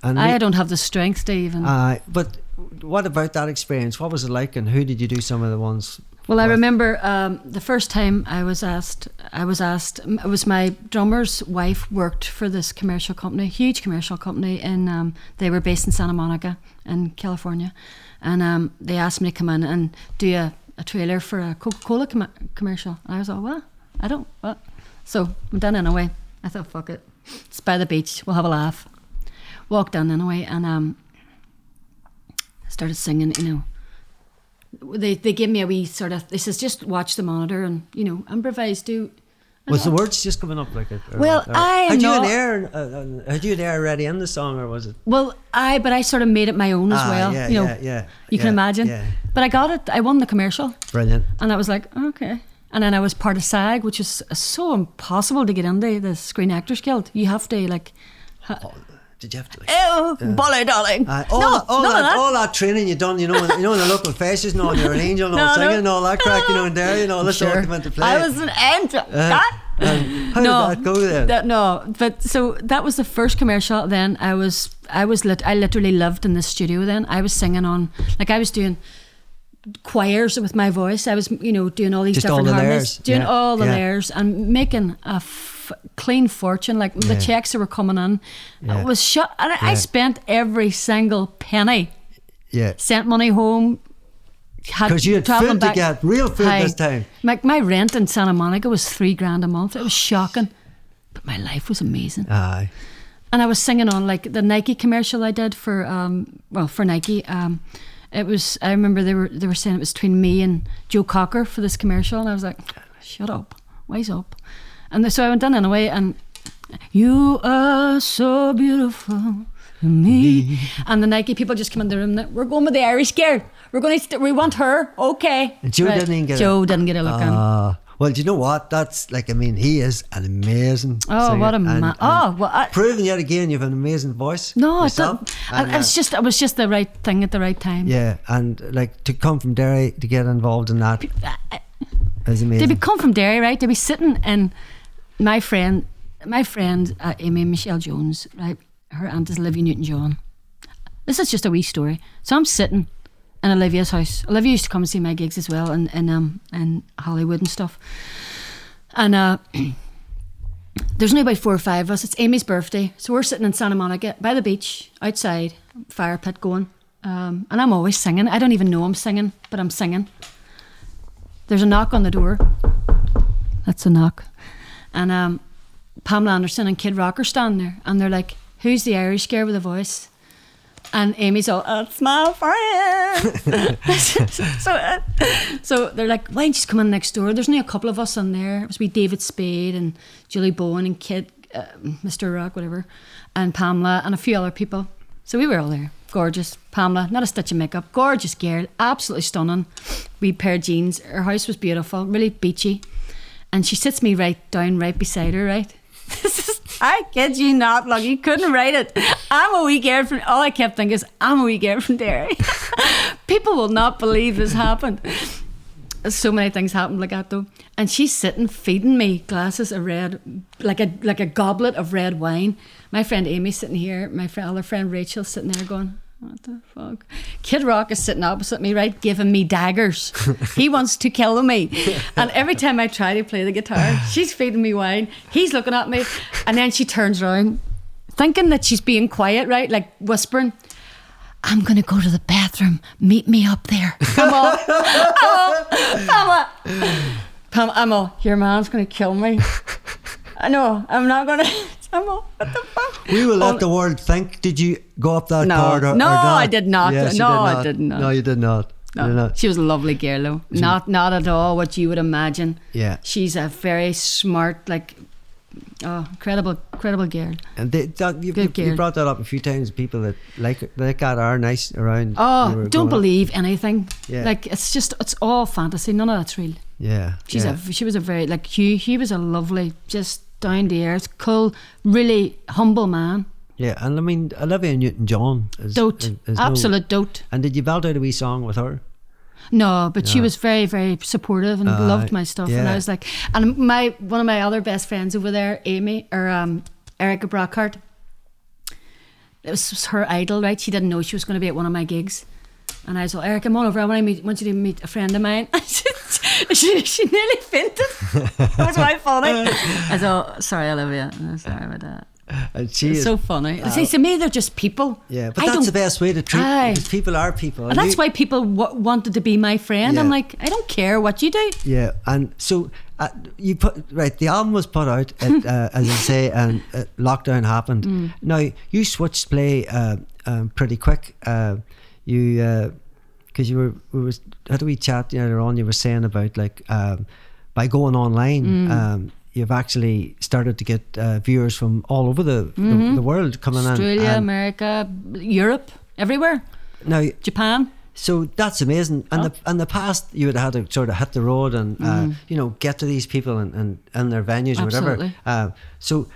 and
I
we-
don't have the strength to even.
uh, but what about that experience? What was it like, and who did you do some of the ones?
Well, I
Right.
remember um, the first time I was asked. I was asked. It was my drummer's wife worked for this commercial company, huge commercial company, and um, they were based in Santa Monica in California, and um, they asked me to come in and do a, a trailer for a Coca-Cola com- commercial. And I was like, "What? I don't what." So went down anyway. I thought, "Fuck it, it's by the beach. We'll have a laugh." Walked down anyway, and um, started singing. You know they they give me a wee sort of this is just watch the monitor and you know improvise do
Was the words just coming up like it? or-
Uh, Well,
or-
I am
had you
not-
an air, uh, uh, had you an air already in the song, or was it
well I but I sort of made it my own as
Ah,
well you know
yeah.
you can
yeah,
imagine
Yeah.
but I got it I won the commercial
Brilliant.
and I was like okay and then I was part of SAG which is so impossible to get into the Screen Actors Guild you have to like
Did you have to?
oh bolly darling
Uh, all,
no
that, all,
none
that,
of that.
all that training you done, you know, in- you know, in the local faces, and all your an angel, and all
No,
singing,
no.
and all that crack, you know, in there, you know, let's all
Sure.
come into play. Uh.
I was an angel God.
Um, how did that go then?
that- no, but so that was the first commercial. Then I was, I was, lit, I literally lived in the studio. Then I was singing on, like I was doing choirs with my voice. I was, you know, doing all these
Just all
different
the
harmonies,
layers,
doing
yeah,
all the
yeah.
layers, and making a f- clean fortune. Like the
Yeah.
checks that were coming in
Yeah.
it was shut, and I I
Yeah.
spent every single penny.
yeah.
Sent money home.
Because you had food
travelling
to get, real food
Aye.
this time.
My, my rent in Santa Monica was three grand a month. It was shocking, but my life was amazing.
Aye.
And I was singing on like the Nike commercial I did for um well for Nike. Um, it was I remember they were they were saying it was between me and Joe Cocker for this commercial, and I was like, shut up, wise up. And so I went down anyway, and you are so beautiful. to Me and the Nike people just come in the room. Now. We're going with the Irish girl. We're going. St- we want her. Okay.
And Joe didn't even get a-
Joe didn't get a look in.
Uh, well, do you know what? That's like, I mean, he is an amazing.
Oh,
singer,
what a
and-
man!
and
Oh, well, I,
Proving yet again, you have an amazing voice.
No, it's
yourself,
not.
and, uh,
I, it's just it was just the right thing at the right time.
Yeah, and like to come from Derry to get involved in that is amazing.
Did we come from Derry, right? Did we sitting and my friend, my friend uh, Amy Michelle Jones, right? Her aunt is Olivia Newton John. This is just a wee story. So I'm sitting in Olivia's house. Olivia used to come and see my gigs as well, and in, um in Hollywood and stuff. And uh, there's only about four or five of us. It's Amy's birthday, so we're sitting in Santa Monica by the beach, outside, fire pit going. Um, and I'm always singing. I don't even know I'm singing, but I'm singing. There's a knock on the door. That's a knock. And um, Pamela Anderson and Kid Rock are standing there, and they're like, "Who's the Irish girl with a voice?" And Amy's all, "It's my friend." so, uh, so they're like, "Why don't you just come in next door?" There's only a couple of us in there. It was we David Spade and Julie Bowen and Kid, uh, Mr. Rock, whatever, and Pamela and a few other people. So we were all there. Gorgeous, Pamela, not a stitch of makeup. Gorgeous girl, absolutely stunning. We pair of jeans. Her house was beautiful, really beachy. And she sits me right down, right beside her, right? This is, I kid you not, like you couldn't write it. I'm a wee girl from, all I kept thinking is, I'm a wee girl from Derry. People will not believe this happened. So many things happened like that though. And she's sitting feeding me glasses of red, like a like a goblet of red wine. My friend Amy's sitting here, my friend, other friend Rachel's sitting there going, what the fuck? Kid Rock is sitting opposite me, right, giving me daggers. he wants to kill me. And every time I try to play the guitar, she's feeding me wine. He's looking at me. And then she turns around, thinking that she's being quiet, right? Like whispering, I'm going to go to the bathroom. Meet me up there. Come on. Pamela. Pam, I'm all, your mom's going to kill me. I know, I'm not going to. I'm all, what the fuck?
We will let
Oh,
the world think. Did you go up that
No.
corridor? or
No,
not?
I did not.
Yes, you
No,
did
I
not.
did not.
No, you did not. You did
No,
not.
she was a lovely girl, though. Not not at all what you would imagine.
Yeah.
she's a very smart, like, oh, incredible, incredible girl.
And they, that, you,
Good
you- you
girl.
brought that up a few times. People that like like that are nice around. you
Oh,
were
don't
growing up.
believe anything.
Yeah.
Like it's just it's all fantasy. None of that's real.
Yeah,
She's
yeah.
a she was a very like Hugh. He was a lovely, just down to earth, cool, really humble man.
yeah, and I mean Olivia Newton John is
Dote,
is- is no-
absolute dote.
and did you belt out a wee song with her?
No, but she was very, very supportive and loved my stuff. And
Uh, yeah.
I was like, and my one of my other best friends over there, Amy or um, Erica Brockhart. It was was her idol, right? She didn't know she was going to be at one of my gigs, and I was like, Erica, come on over. I want to meet, want you to meet a friend of mine. she, she nearly fainted. That's why funny. I thought, sorry, Olivia. No, Sorry about that.
And she
It's
is,
so funny. See, to me, they're just people.
yeah, but
I
that's
don't-
the best way to treat
Aye.
because people are people.
And that's
you-
why people w- wanted to be my friend. I'm
Yeah.
like, I don't care what you do.
Yeah, and so uh, you put right. The album was put out, at, uh, as I say, and uh, lockdown happened. Now you switched play uh, um, pretty quick. Uh, you because you were we was had a wee chat earlier on. You were saying about like um, by going online. Um, You've actually started to get uh, viewers from all over the, the, the world coming in.
Australia,
And
America, Europe, everywhere.
now,
Japan.
so that's amazing. And the in the past, you would have had to sort of hit the road and uh, you know get to these people and and, and their venues or whatever.
Mm. Absolutely.
Uh, so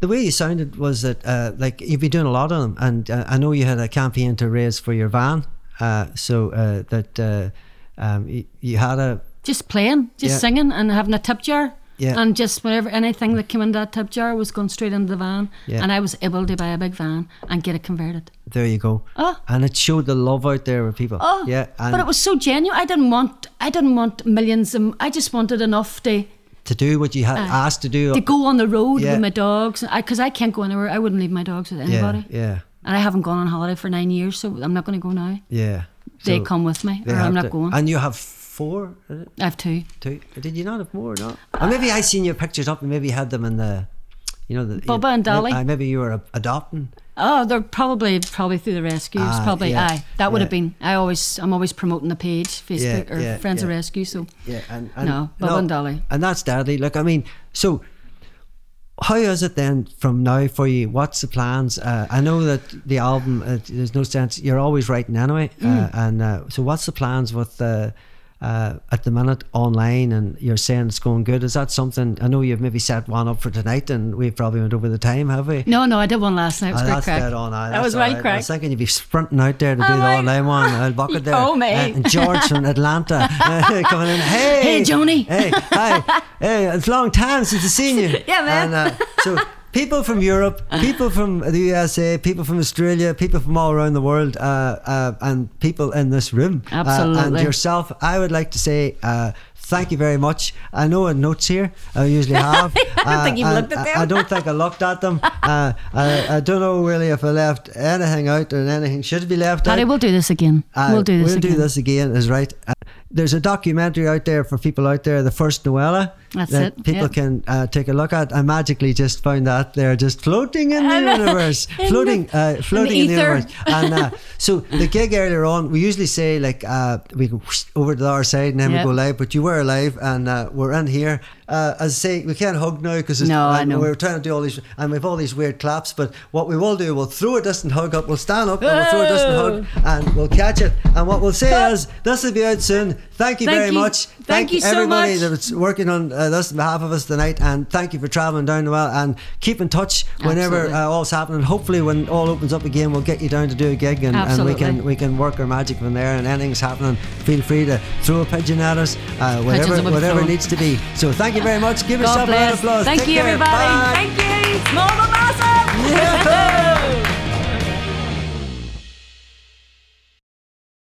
the way you sounded was that uh, like you've been doing a lot of them, and uh, I know you had a campaign to raise for your van. Uh, so uh, that uh, um, you, you had a
Just playing, just
Yeah.
singing and having a tip jar.
Yeah.
And just whatever, anything that came in that tip jar was going straight into the van.
Yeah.
And I was able to buy a big van and get it converted.
there you go,
Oh.
and it showed the love out there with people.
Oh,
yeah, and
but it was so genuine. I didn't want, I didn't want millions. Of, I just wanted enough to,
to do what you had
Uh,
asked to do.
to go on the road
Yeah.
with my dogs. Because I, can't go anywhere. I wouldn't leave my dogs with anybody.
yeah, yeah,
And I haven't gone on holiday for nine years, so I'm not going to go now.
yeah.
they
So
come with me,
they
or
have
I'm not
to-
going.
And you have four. Is it?
I have two.
Two. Did you not have more? No. Or maybe I seen your pictures up, and maybe you had them in the, you know, the
Bubba and Dolly.
Aye, maybe you were a- adopting.
Oh, they're probably probably through the rescues.
Ah,
probably
yeah,
aye. That would
yeah.
have been. I always I'm always promoting the page, Facebook
Yeah,
or
yeah,
Friends of
yeah.
Rescue. So
Yeah, and, and
No, Bubba and Dolly.
And that's deadly. Look, I mean, so how is it then from now for you? What's the plans? Uh, I know that the album, uh, there's no sense. You're always writing anyway,
Mm.
uh, and uh, so what's the plans with Uh, uh, at the minute, online, and you're saying it's going good. Is that something? I know you've maybe set one up for tonight, and we probably went over the time, have we?
no, no, I did one last night. It was
Oh,
great
that's
crack.
dead on. aye,
That
that's
was
all
right
I
crack.
was thinking you'd be sprinting out there to do
Oh,
the
my-
online one. I'll bucket there.
Oh, me.
And George from Atlanta uh, coming in. Hey,
Hey, Joni."
Hey, hi. Hey, it's a long time since I've seen you.
Yeah, man.
And, uh, so people from Europe, people from the USA, people from Australia, people from all around the world, uh, uh, and people in this room. Uh, and
Absolutely.
yourself, I would like to say. Uh, Thank you very much. I know I had notes here. I usually have. Uh, I
don't think you've looked at them.
I don't think I looked at them. Uh, I, I don't know really if I left anything out or anything should be left
Paddy,
out.
we'll do this again.
Uh,
we'll do this
We'll
again.
do this again. Is right. Uh, there's a documentary out there for people out there. The first Noella.
That's
that
it,
People
yeah.
can uh, take a look at. I magically just found that they're just floating in the
I know.
universe,
In the-
floating, uh, floating in the,
ether.
universe. And uh, so the gig earlier on, we usually say like uh, we go whoosh over to the other side and then
Yeah.
we go live. But you were alive, and uh, we're in here. Uh, as I say, we can't hug now because
No, I know.
we're trying to do all these, and we've all these weird claps. But what we will do, we'll throw a distant hug up. We'll stand up and we'll throw a distant hug
Oh.
and we'll catch it. And what we'll say is, this will be out soon. Thank you
Thank
very
you.
much.
Thank you so
everybody
much.
that's working on uh, this on behalf of us tonight. And thank you for travelling down the well. And keep in touch whenever
Absolutely.
uh, all's happening. Hopefully, when all opens up again, we'll get you down to do a gig and, and we can
Absolutely.
we can work our magic from there. And anything's happening, feel free to throw a pigeon at us, uh, whatever
will be
whatever
thrown.
needs to be. So thank you very much. Give
God
yourself a round
bless.
of applause.
Thank
Take
you,
care.
everybody.
Bye.
Thank you. Small but massive.
Yeah.